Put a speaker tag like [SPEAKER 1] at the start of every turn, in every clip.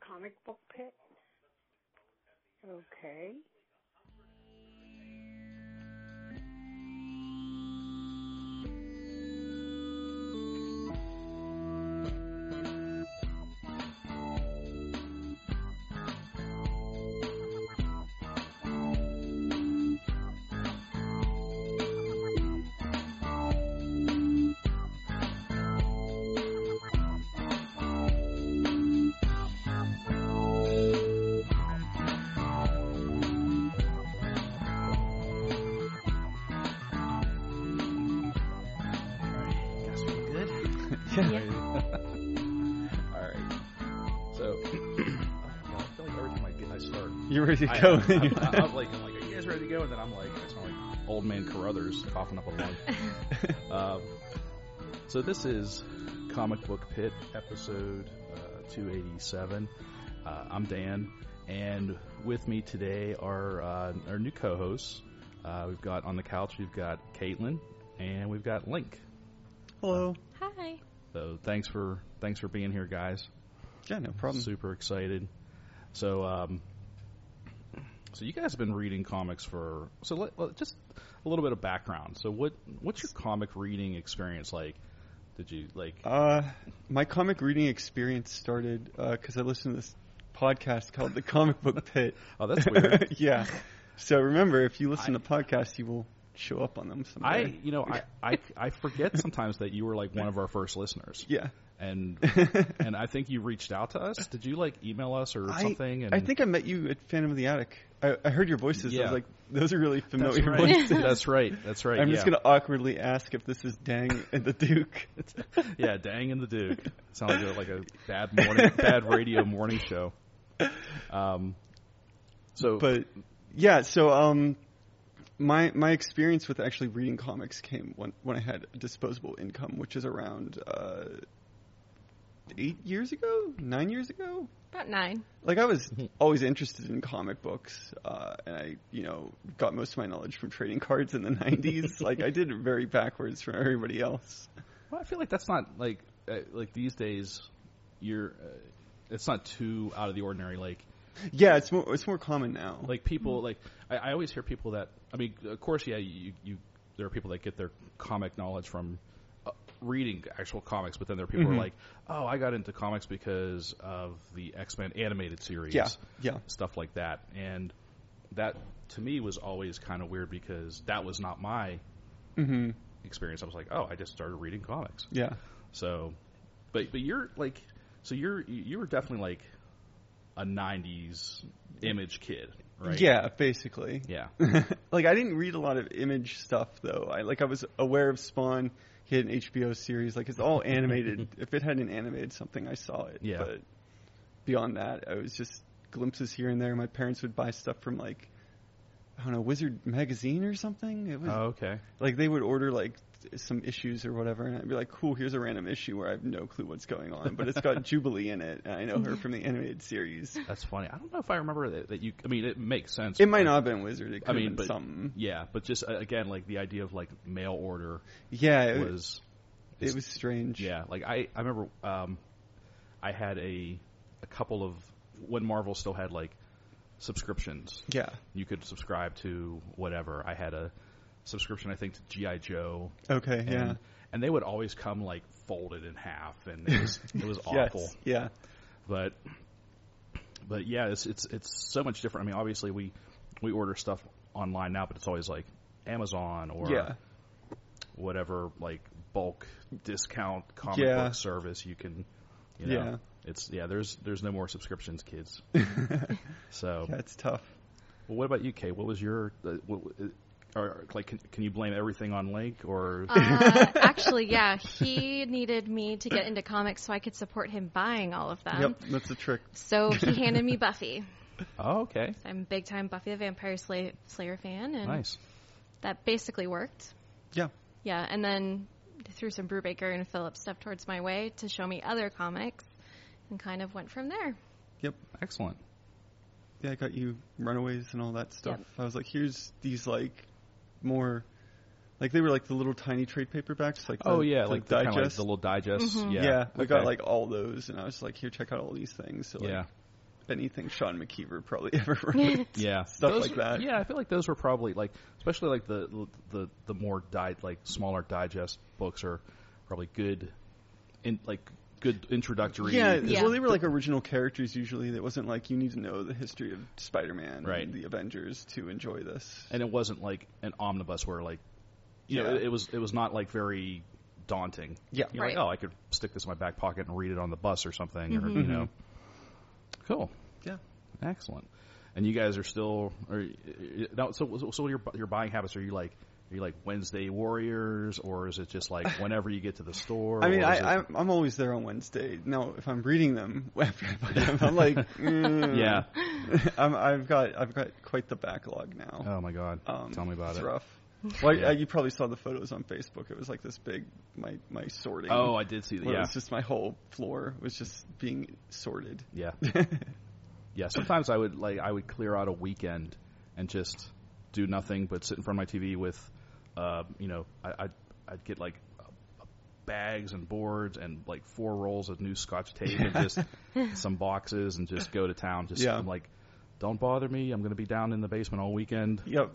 [SPEAKER 1] comic book pit. Okay.
[SPEAKER 2] That's pretty good.
[SPEAKER 3] All right. So, oh, God, I feel like every time I get, I start.
[SPEAKER 2] You're ready to
[SPEAKER 3] I,
[SPEAKER 2] go.
[SPEAKER 3] I, I, I'm like, I'm like, are you guys ready to go? And then I'm like, I sound like old man Carruthers coughing up a lung. um, so this is Comic Book Pit episode uh, 287. Uh, I'm Dan, and with me today are uh, our new co-hosts. Uh, we've got on the couch, we've got Caitlin, and we've got Link.
[SPEAKER 2] Hello.
[SPEAKER 4] Hi.
[SPEAKER 3] So thanks for thanks for being here, guys.
[SPEAKER 2] Yeah, no problem.
[SPEAKER 3] Super excited. So, um, so you guys have been reading comics for so let, let- just a little bit of background. So what what's your comic reading experience like? Did you like?
[SPEAKER 2] Uh, my comic reading experience started because I listened to this podcast called The Comic Book Pit.
[SPEAKER 3] Oh, that's weird.
[SPEAKER 2] yeah. So remember, if you listen to podcasts, you will show up on them someday.
[SPEAKER 3] I you know I, I I forget sometimes that you were like one of our first listeners,
[SPEAKER 2] yeah.
[SPEAKER 3] and and I think you reached out to us. Did you like email us or
[SPEAKER 2] I-
[SPEAKER 3] something? And
[SPEAKER 2] I think I met you at Phantom of the Attic. I, I heard your voices. I
[SPEAKER 3] Yeah.
[SPEAKER 2] was like, those are really
[SPEAKER 3] that's
[SPEAKER 2] familiar
[SPEAKER 3] right.
[SPEAKER 2] voices.
[SPEAKER 3] that's right. That's right.
[SPEAKER 2] I'm
[SPEAKER 3] yeah.
[SPEAKER 2] just going to awkwardly ask if this is Dang and the Duke.
[SPEAKER 3] yeah, Dang and the Duke. Sounds like a, like a bad morning, bad radio morning show. Um, so,
[SPEAKER 2] but yeah, so um, my my experience with actually reading comics came when when I had disposable income, which is around uh, eight years ago, nine years ago.
[SPEAKER 4] About nine.
[SPEAKER 2] Like I was
[SPEAKER 3] Mm-hmm.
[SPEAKER 2] always interested in comic books, uh, and I you know got most of my knowledge from trading cards in the '90s. like I did it very backwards from everybody else.
[SPEAKER 3] well, I feel like that's not like uh, like these days. You're, uh, it's not too out of the ordinary. Like
[SPEAKER 2] Yeah, it's more it's more common now.
[SPEAKER 3] like people
[SPEAKER 2] Mm-hmm.
[SPEAKER 3] like I, I always hear people that I mean, of course, yeah, you you there are people that get their comic knowledge from uh, reading actual comics, but then there are people who
[SPEAKER 2] Mhm.
[SPEAKER 3] are like, oh, I got into comics because of the X Men animated series.
[SPEAKER 2] yeah, yeah,
[SPEAKER 3] stuff like that. And that to me was always kind of weird because that was not my
[SPEAKER 2] hmm
[SPEAKER 3] experience. I was like, oh, I just started reading comics.
[SPEAKER 2] yeah.
[SPEAKER 3] So, but but you're like, so you're you were definitely like a '90s image kid, right?
[SPEAKER 2] Yeah, basically.
[SPEAKER 3] yeah.
[SPEAKER 2] like I didn't read a lot of image stuff though. I like I was aware of Spawn. He had an HBO series. Like it's all animated. if it had an animated something, I saw it.
[SPEAKER 3] Yeah.
[SPEAKER 2] But beyond that, I was just glimpses here and there. My parents would buy stuff from like I don't know Wizard magazine or something. It was
[SPEAKER 3] Oh, okay.
[SPEAKER 2] like they would order like th- some issues or whatever, and I'd be like, "Cool, here's a random issue where I have no clue what's going on, but it's got Jubilee in it, and I know her from the animated series."
[SPEAKER 3] That's funny. I don't know if I remember that, that you. I mean, it makes sense.
[SPEAKER 2] It might not have been Wizard. It could
[SPEAKER 3] I mean,
[SPEAKER 2] have
[SPEAKER 3] but-
[SPEAKER 2] been something.
[SPEAKER 3] Yeah, but just uh, again, like the idea of like mail order
[SPEAKER 2] Yeah, it was.
[SPEAKER 3] was
[SPEAKER 2] It was strange.
[SPEAKER 3] Yeah, like I, I remember um, I had a a couple of when Marvel still had like subscriptions.
[SPEAKER 2] Yeah.
[SPEAKER 3] You could subscribe to whatever. I had a subscription, I think, to GI Joe.
[SPEAKER 2] Okay.
[SPEAKER 3] And,
[SPEAKER 2] Yeah.
[SPEAKER 3] And they would always come like folded in half, and it was it was
[SPEAKER 2] Yes,
[SPEAKER 3] awful.
[SPEAKER 2] Yeah.
[SPEAKER 3] But but yeah, it's it's it's so much different. I mean, obviously we we order stuff online now, but it's always like Amazon or
[SPEAKER 2] yeah.
[SPEAKER 3] whatever like bulk discount comic
[SPEAKER 2] Yeah.
[SPEAKER 3] book service you can you know
[SPEAKER 2] Yeah.
[SPEAKER 3] it's yeah there's there's no more subscriptions kids so
[SPEAKER 2] Yeah. It's tough.
[SPEAKER 3] well, what about you Kate what was your uh, what, uh, or like can, can you blame everything on Link or
[SPEAKER 4] Uh, actually, yeah, he needed me to get into comics so I could support him buying all of them.
[SPEAKER 2] yep. That's a trick.
[SPEAKER 4] So he handed me Buffy.
[SPEAKER 3] oh okay
[SPEAKER 4] I'm a big time Buffy the Vampire Slay- Slayer fan, and
[SPEAKER 3] nice
[SPEAKER 4] that basically worked.
[SPEAKER 2] Yeah.
[SPEAKER 4] Yeah, and then threw some Brubaker and Phillips stuff towards my way to show me other comics, and kind of went from there.
[SPEAKER 3] excellent
[SPEAKER 2] Yeah. I got you Runaways and all that stuff. I was like, here's these like more, like they were like the little tiny trade paperbacks. Like
[SPEAKER 3] oh
[SPEAKER 2] the-
[SPEAKER 3] yeah
[SPEAKER 2] the
[SPEAKER 3] like the,
[SPEAKER 2] digest.
[SPEAKER 3] kind of like the little digest
[SPEAKER 4] Mhm.
[SPEAKER 3] yeah
[SPEAKER 2] yeah. I got
[SPEAKER 3] okay.
[SPEAKER 2] like all those, and I was like, here, check out all these things. So, like,
[SPEAKER 3] yeah
[SPEAKER 2] anything Sean McKeever probably ever wrote.
[SPEAKER 3] Yeah,
[SPEAKER 2] Stuff
[SPEAKER 3] Those-
[SPEAKER 2] like that.
[SPEAKER 3] Yeah, I feel like those were probably like, especially like the the the more di- like smaller digest books are probably good, in like good introductory.
[SPEAKER 2] Yeah,
[SPEAKER 4] Yeah.
[SPEAKER 2] well, they were like original characters usually. It wasn't like you need to know the history of Spider-Man
[SPEAKER 3] Right.
[SPEAKER 2] and the Avengers to enjoy this.
[SPEAKER 3] and it wasn't like an omnibus where like, you know,
[SPEAKER 2] Yeah.
[SPEAKER 3] it, it was it was not like very daunting.
[SPEAKER 2] Yeah.
[SPEAKER 3] You're
[SPEAKER 4] Right.
[SPEAKER 3] like, oh, I could stick this in my back pocket and read it on the bus or something, or you
[SPEAKER 2] Mhm.
[SPEAKER 3] know, cool,
[SPEAKER 2] Yeah.
[SPEAKER 3] excellent. And you guys are still, are, now, so so- so your your buying habits are you like are you like Wednesday warriors or is it just like whenever you get to the store?
[SPEAKER 2] I mean,
[SPEAKER 3] or
[SPEAKER 2] I,
[SPEAKER 3] is it-
[SPEAKER 2] I'm, I'm always there on Wednesday. Now, if I'm reading them after I buy them, I'm like, mm,
[SPEAKER 3] yeah.
[SPEAKER 2] I'm, I've got I've got quite the backlog now.
[SPEAKER 3] Oh my god,
[SPEAKER 2] um,
[SPEAKER 3] tell me about
[SPEAKER 2] it's
[SPEAKER 3] it.
[SPEAKER 2] rough. Well, I-
[SPEAKER 3] Yeah.
[SPEAKER 2] I- you probably saw the photos on Facebook. It was like this big my my sorting.
[SPEAKER 3] Oh, I did see that.
[SPEAKER 2] where it
[SPEAKER 3] Yeah,
[SPEAKER 2] was just my whole floor was just being sorted.
[SPEAKER 3] yeah. Yeah, sometimes I would like I would clear out a weekend and just do nothing but sit in front of my TV with, uh, you know, I, I'd I'd get like uh, bags and boards and like four rolls of new Scotch tape and just some boxes and just go to town. Just
[SPEAKER 2] Yeah.
[SPEAKER 3] I'm like, don't bother me. I'm going to be down in the basement all weekend
[SPEAKER 2] yep.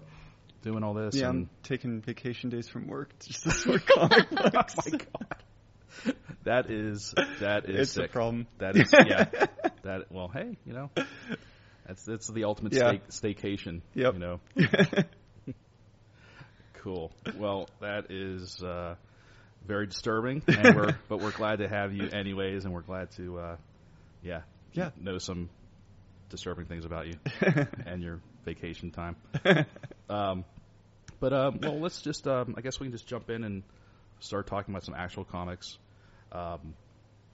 [SPEAKER 3] doing all this.
[SPEAKER 2] Yeah,
[SPEAKER 3] and
[SPEAKER 2] I'm taking vacation days from work just to sort comic books.
[SPEAKER 3] Oh my god, that is that is
[SPEAKER 2] it's
[SPEAKER 3] sick.
[SPEAKER 2] a problem.
[SPEAKER 3] That is yeah. That well, hey, you know, that's that's the ultimate
[SPEAKER 2] Yeah.
[SPEAKER 3] stay, staycation.
[SPEAKER 2] Yep.
[SPEAKER 3] You know. cool. Well, that is uh, very disturbing, and we're but we're glad to have you anyways, and we're glad to uh, yeah
[SPEAKER 2] Yeah.
[SPEAKER 3] know some disturbing things about you and your vacation time. um, but um, well, let's just um, I guess we can just jump in and start talking about some actual comics. Um,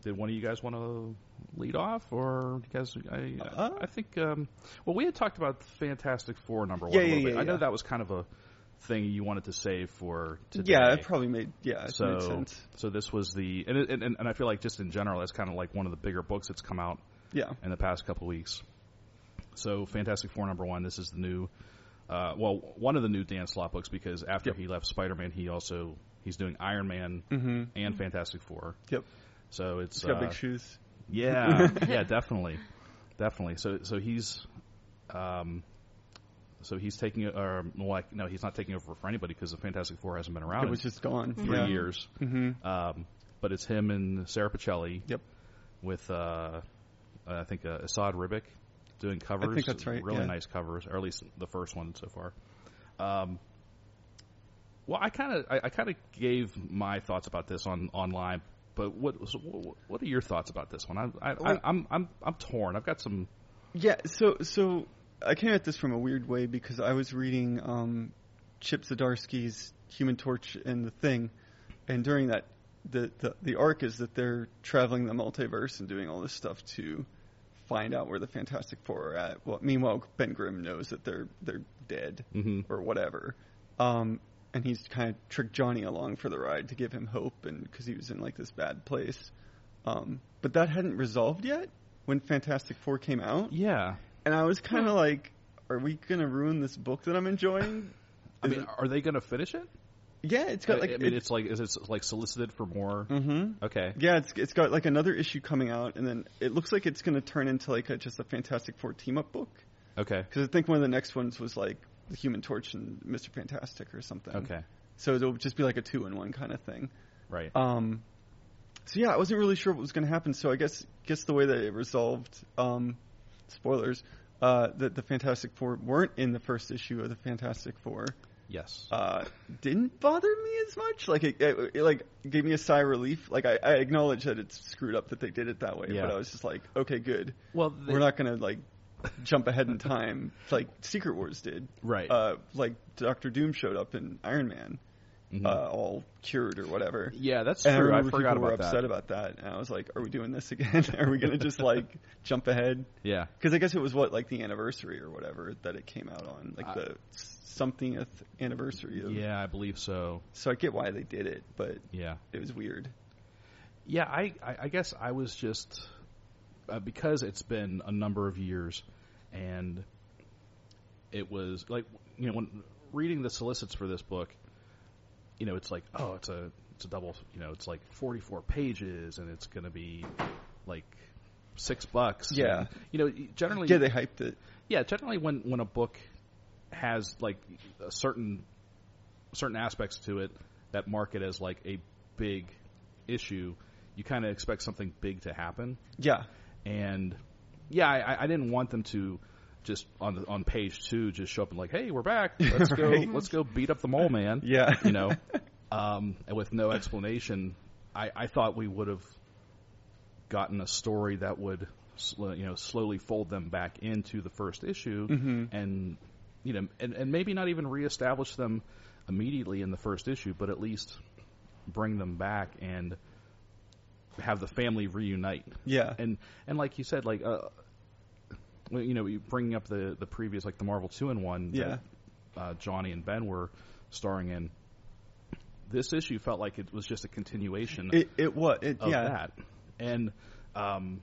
[SPEAKER 3] did one of you guys want to lead off, or you guys? I,
[SPEAKER 2] Uh-uh.
[SPEAKER 3] I think. Um, well, we had talked about Fantastic Four number one.
[SPEAKER 2] Yeah,
[SPEAKER 3] a little
[SPEAKER 2] yeah,
[SPEAKER 3] bit.
[SPEAKER 2] yeah,
[SPEAKER 3] I know
[SPEAKER 2] yeah.
[SPEAKER 3] that was kind of a thing you wanted to save for today.
[SPEAKER 2] Yeah, it probably made yeah it made
[SPEAKER 3] so
[SPEAKER 2] sense.
[SPEAKER 3] so this was the and, it, and and I feel like just in general, that's kind of like one of the bigger books that's come out
[SPEAKER 2] Yeah,
[SPEAKER 3] in the past couple weeks. So Fantastic Four number one. This is the new, uh, well, one of the new Dan Slott books because after
[SPEAKER 2] Yep.
[SPEAKER 3] he left Spider Man, he also he's doing Iron Man
[SPEAKER 2] mm-hmm.
[SPEAKER 3] and Fantastic Four.
[SPEAKER 2] Yep.
[SPEAKER 3] So it's,
[SPEAKER 2] it's got
[SPEAKER 3] uh,
[SPEAKER 2] big shoes.
[SPEAKER 3] yeah, yeah, definitely, definitely. So so he's, um, so he's taking or like no, he's not taking over for anybody because the Fantastic Four hasn't been around
[SPEAKER 2] It was just gone.
[SPEAKER 3] in three years.
[SPEAKER 2] Mm-hmm.
[SPEAKER 3] Um, but it's him and Sarah Pacelli.
[SPEAKER 2] Yep.
[SPEAKER 3] With uh, I think uh, Assad Ribic doing covers.
[SPEAKER 2] that's right,
[SPEAKER 3] Really
[SPEAKER 2] yeah.
[SPEAKER 3] nice covers, or at least the first one so far. Um, well, I kind of I, I kind of gave my thoughts about this on online, but what was- what, what are your thoughts about this one? I, I, I,
[SPEAKER 2] Well-
[SPEAKER 3] I'm I'm I'm torn. I've got some.
[SPEAKER 2] Yeah, so so I came at this from a weird way because I was reading um, Chip Zdarsky's Human Torch and the Thing, and during that, the, the the arc is that they're traveling the multiverse and doing all this stuff to find out where the Fantastic Four are at. Well, meanwhile, Ben Grimm knows that they're they're dead
[SPEAKER 3] Mm-hmm.
[SPEAKER 2] or whatever. Um, and he's kind of tricked Johnny along for the ride to give him hope, and because he was in like this bad place. Um, but that hadn't resolved yet when Fantastic Four came out,
[SPEAKER 3] Yeah.
[SPEAKER 2] and I was kind of like, "Are we gonna ruin this book that I'm enjoying?"
[SPEAKER 3] I
[SPEAKER 2] Is
[SPEAKER 3] mean,
[SPEAKER 2] it-
[SPEAKER 3] are they going to finish it?
[SPEAKER 2] yeah, it's got like,
[SPEAKER 3] I mean, it's like is it like solicited for more?
[SPEAKER 2] hmm
[SPEAKER 3] Okay.
[SPEAKER 2] yeah, it's it's got like another issue coming out, and then it looks like it's gonna turn into like a, just a Fantastic Four team up book
[SPEAKER 3] Okay.
[SPEAKER 2] because I think one of the next ones was like the Human Torch and Mister Fantastic or something.
[SPEAKER 3] Okay.
[SPEAKER 2] so it'll just be like a two in one kind of thing.
[SPEAKER 3] Right.
[SPEAKER 2] Um, so yeah, I wasn't really sure what was going to happen. So I guess guess the way that it resolved, um, spoilers, uh, that the Fantastic Four weren't in the first issue of the Fantastic Four,
[SPEAKER 3] Yes.
[SPEAKER 2] uh, didn't bother me as much. Like it, it, it like gave me a sigh of relief. Like I, I acknowledge that it's screwed up that they did it that way,
[SPEAKER 3] Yeah.
[SPEAKER 2] but I was just like, okay, good.
[SPEAKER 3] well, the-
[SPEAKER 2] We're not going to like jump ahead in time like Secret Wars did.
[SPEAKER 3] right.
[SPEAKER 2] Uh, like Doctor Doom showed up in Iron Man,
[SPEAKER 3] Mhm.
[SPEAKER 2] uh, all cured or whatever.
[SPEAKER 3] Yeah, that's
[SPEAKER 2] And I
[SPEAKER 3] true. I,
[SPEAKER 2] remember
[SPEAKER 3] forgot
[SPEAKER 2] people were
[SPEAKER 3] about
[SPEAKER 2] upset
[SPEAKER 3] that.
[SPEAKER 2] about that, and I was like, "Are we doing this again? Are we going to just like jump ahead?"
[SPEAKER 3] yeah,
[SPEAKER 2] Because I guess it was what like the anniversary or whatever that it came out on, like
[SPEAKER 3] I-
[SPEAKER 2] the somethingth anniversary. Of,
[SPEAKER 3] Uh, yeah, I believe so.
[SPEAKER 2] So I get why they did it, but
[SPEAKER 3] Yeah,
[SPEAKER 2] it was weird.
[SPEAKER 3] yeah. I, I, I guess I was just uh, because it's been a number of years, and it was like you know when reading the solicits for this book, you know it's like oh it's a it's a double you know it's like forty four pages and it's going to be like six bucks.
[SPEAKER 2] Yeah.
[SPEAKER 3] And, you know, generally,
[SPEAKER 2] Yeah, they hyped it.
[SPEAKER 3] yeah, generally when when a book has like a certain certain aspects to it that mark it as like a big issue, you kind of expect something big to happen.
[SPEAKER 2] Yeah,
[SPEAKER 3] And yeah, I, I- I didn't want them to just on the, on page two just show up and like, hey, we're back. Let's go.
[SPEAKER 2] Right.
[SPEAKER 3] Let's go beat up the mole man.
[SPEAKER 2] yeah,
[SPEAKER 3] You know, um, and with no explanation, I, I thought we would have gotten a story that would sl- you know slowly fold them back into the first issue
[SPEAKER 2] hmm
[SPEAKER 3] and you know, and, and maybe not even reestablish them immediately in the first issue, but at least bring them back and have the family reunite.
[SPEAKER 2] yeah,
[SPEAKER 3] And and like you said, like uh, well, you know, you bringing up the the previous like the Marvel two in one,
[SPEAKER 2] yeah,
[SPEAKER 3] that, uh, Johnny and Ben were starring in. This issue felt like it was just a continuation
[SPEAKER 2] it it was it,
[SPEAKER 3] uh, of
[SPEAKER 2] yeah
[SPEAKER 3] that. And um,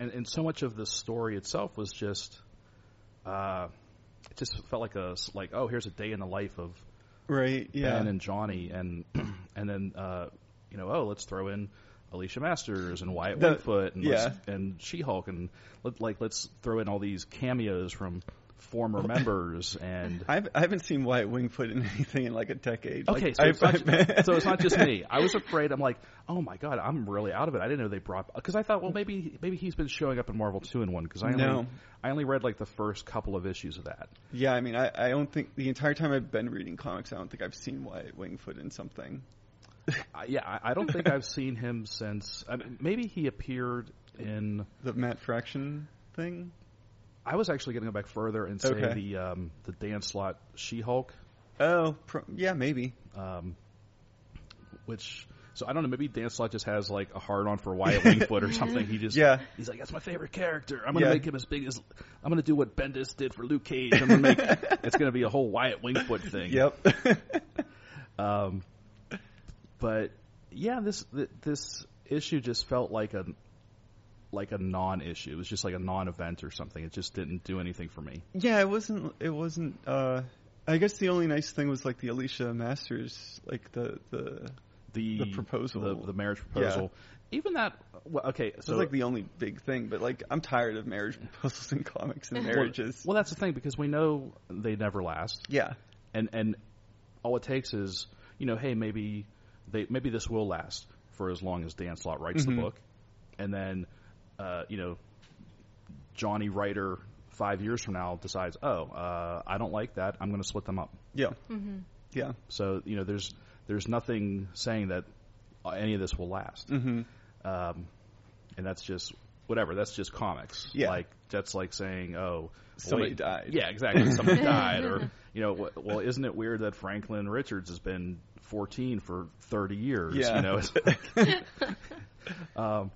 [SPEAKER 3] and and so much of the story itself was just, uh, it just felt like a s- like oh here's a day in the life of
[SPEAKER 2] right yeah
[SPEAKER 3] Ben and Johnny and and then uh, you know oh let's throw in Alicia Masters and Wyatt
[SPEAKER 2] The-
[SPEAKER 3] Whitefoot and let's- and She Hulk and let, like let's throw in all these cameos from former members and.
[SPEAKER 2] I've, I haven't seen White Wingfoot in anything in like a decade.
[SPEAKER 3] Okay,
[SPEAKER 2] Like,
[SPEAKER 3] so, it's
[SPEAKER 2] I've-
[SPEAKER 3] not, so it's not just me. I was afraid. I'm like, oh my god, I'm really out of it. I didn't know they brought because I thought, well, maybe maybe he's been showing up in Marvel two and one because I only
[SPEAKER 2] No.
[SPEAKER 3] I only read like the first couple of issues of that.
[SPEAKER 2] yeah, I mean, I, I don't think the entire time I've been reading comics, I don't think I've seen White Wingfoot in something.
[SPEAKER 3] I, yeah, I, I don't think I've seen him since. I mean, maybe he appeared in.
[SPEAKER 2] The Matt Fraction thing.
[SPEAKER 3] I was actually going to go back further and say
[SPEAKER 2] Okay.
[SPEAKER 3] the um, the Dan slot She Hulk,
[SPEAKER 2] Oh, pro- yeah, maybe.
[SPEAKER 3] um, which. So I don't know. Maybe Dan Slott just has like a hard on for Wyatt Wingfoot or something. He just
[SPEAKER 2] Yeah,
[SPEAKER 3] He's like, that's my favorite character. I'm gonna
[SPEAKER 2] Yeah.
[SPEAKER 3] make him as big as I'm gonna do what Bendis did for Luke Cage. I'm gonna make it's gonna be a whole Wyatt Wingfoot thing.
[SPEAKER 2] yep.
[SPEAKER 3] Um, but yeah, this th- this issue just felt like a like a non-issue. It was just like a non-event or something. It just didn't do anything for me.
[SPEAKER 2] yeah, it wasn't. It wasn't. Uh, I guess the only nice thing was like the Alicia Masters, like the the.
[SPEAKER 3] The,
[SPEAKER 2] The proposal.
[SPEAKER 3] the, the marriage proposal, even that. Well, okay,
[SPEAKER 2] So
[SPEAKER 3] so
[SPEAKER 2] like the only big thing, but like I'm tired of marriage proposals in comics and marriages.
[SPEAKER 3] well, that's the thing because we know they never last.
[SPEAKER 2] yeah,
[SPEAKER 3] and and all it takes is you know hey maybe they maybe this will last for as long as Dan Slott writes
[SPEAKER 2] Mhm.
[SPEAKER 3] the book, and then uh, you know Johnny Writer five years from now decides oh uh, I don't like that I'm going to split them up.
[SPEAKER 2] yeah,
[SPEAKER 4] hmm
[SPEAKER 2] yeah.
[SPEAKER 3] So you know there's there's nothing saying that uh, any of this will last,
[SPEAKER 2] hmm
[SPEAKER 3] um, and that's just whatever that's just comics
[SPEAKER 2] Yeah.
[SPEAKER 3] like that's like saying oh
[SPEAKER 2] Somebody
[SPEAKER 3] wait,
[SPEAKER 2] died.
[SPEAKER 3] yeah, exactly. Somebody died, or you know, wh- well, isn't it weird that Franklin Richards has been 14 for 30 years?
[SPEAKER 2] Yeah.
[SPEAKER 3] You know, It's like- um,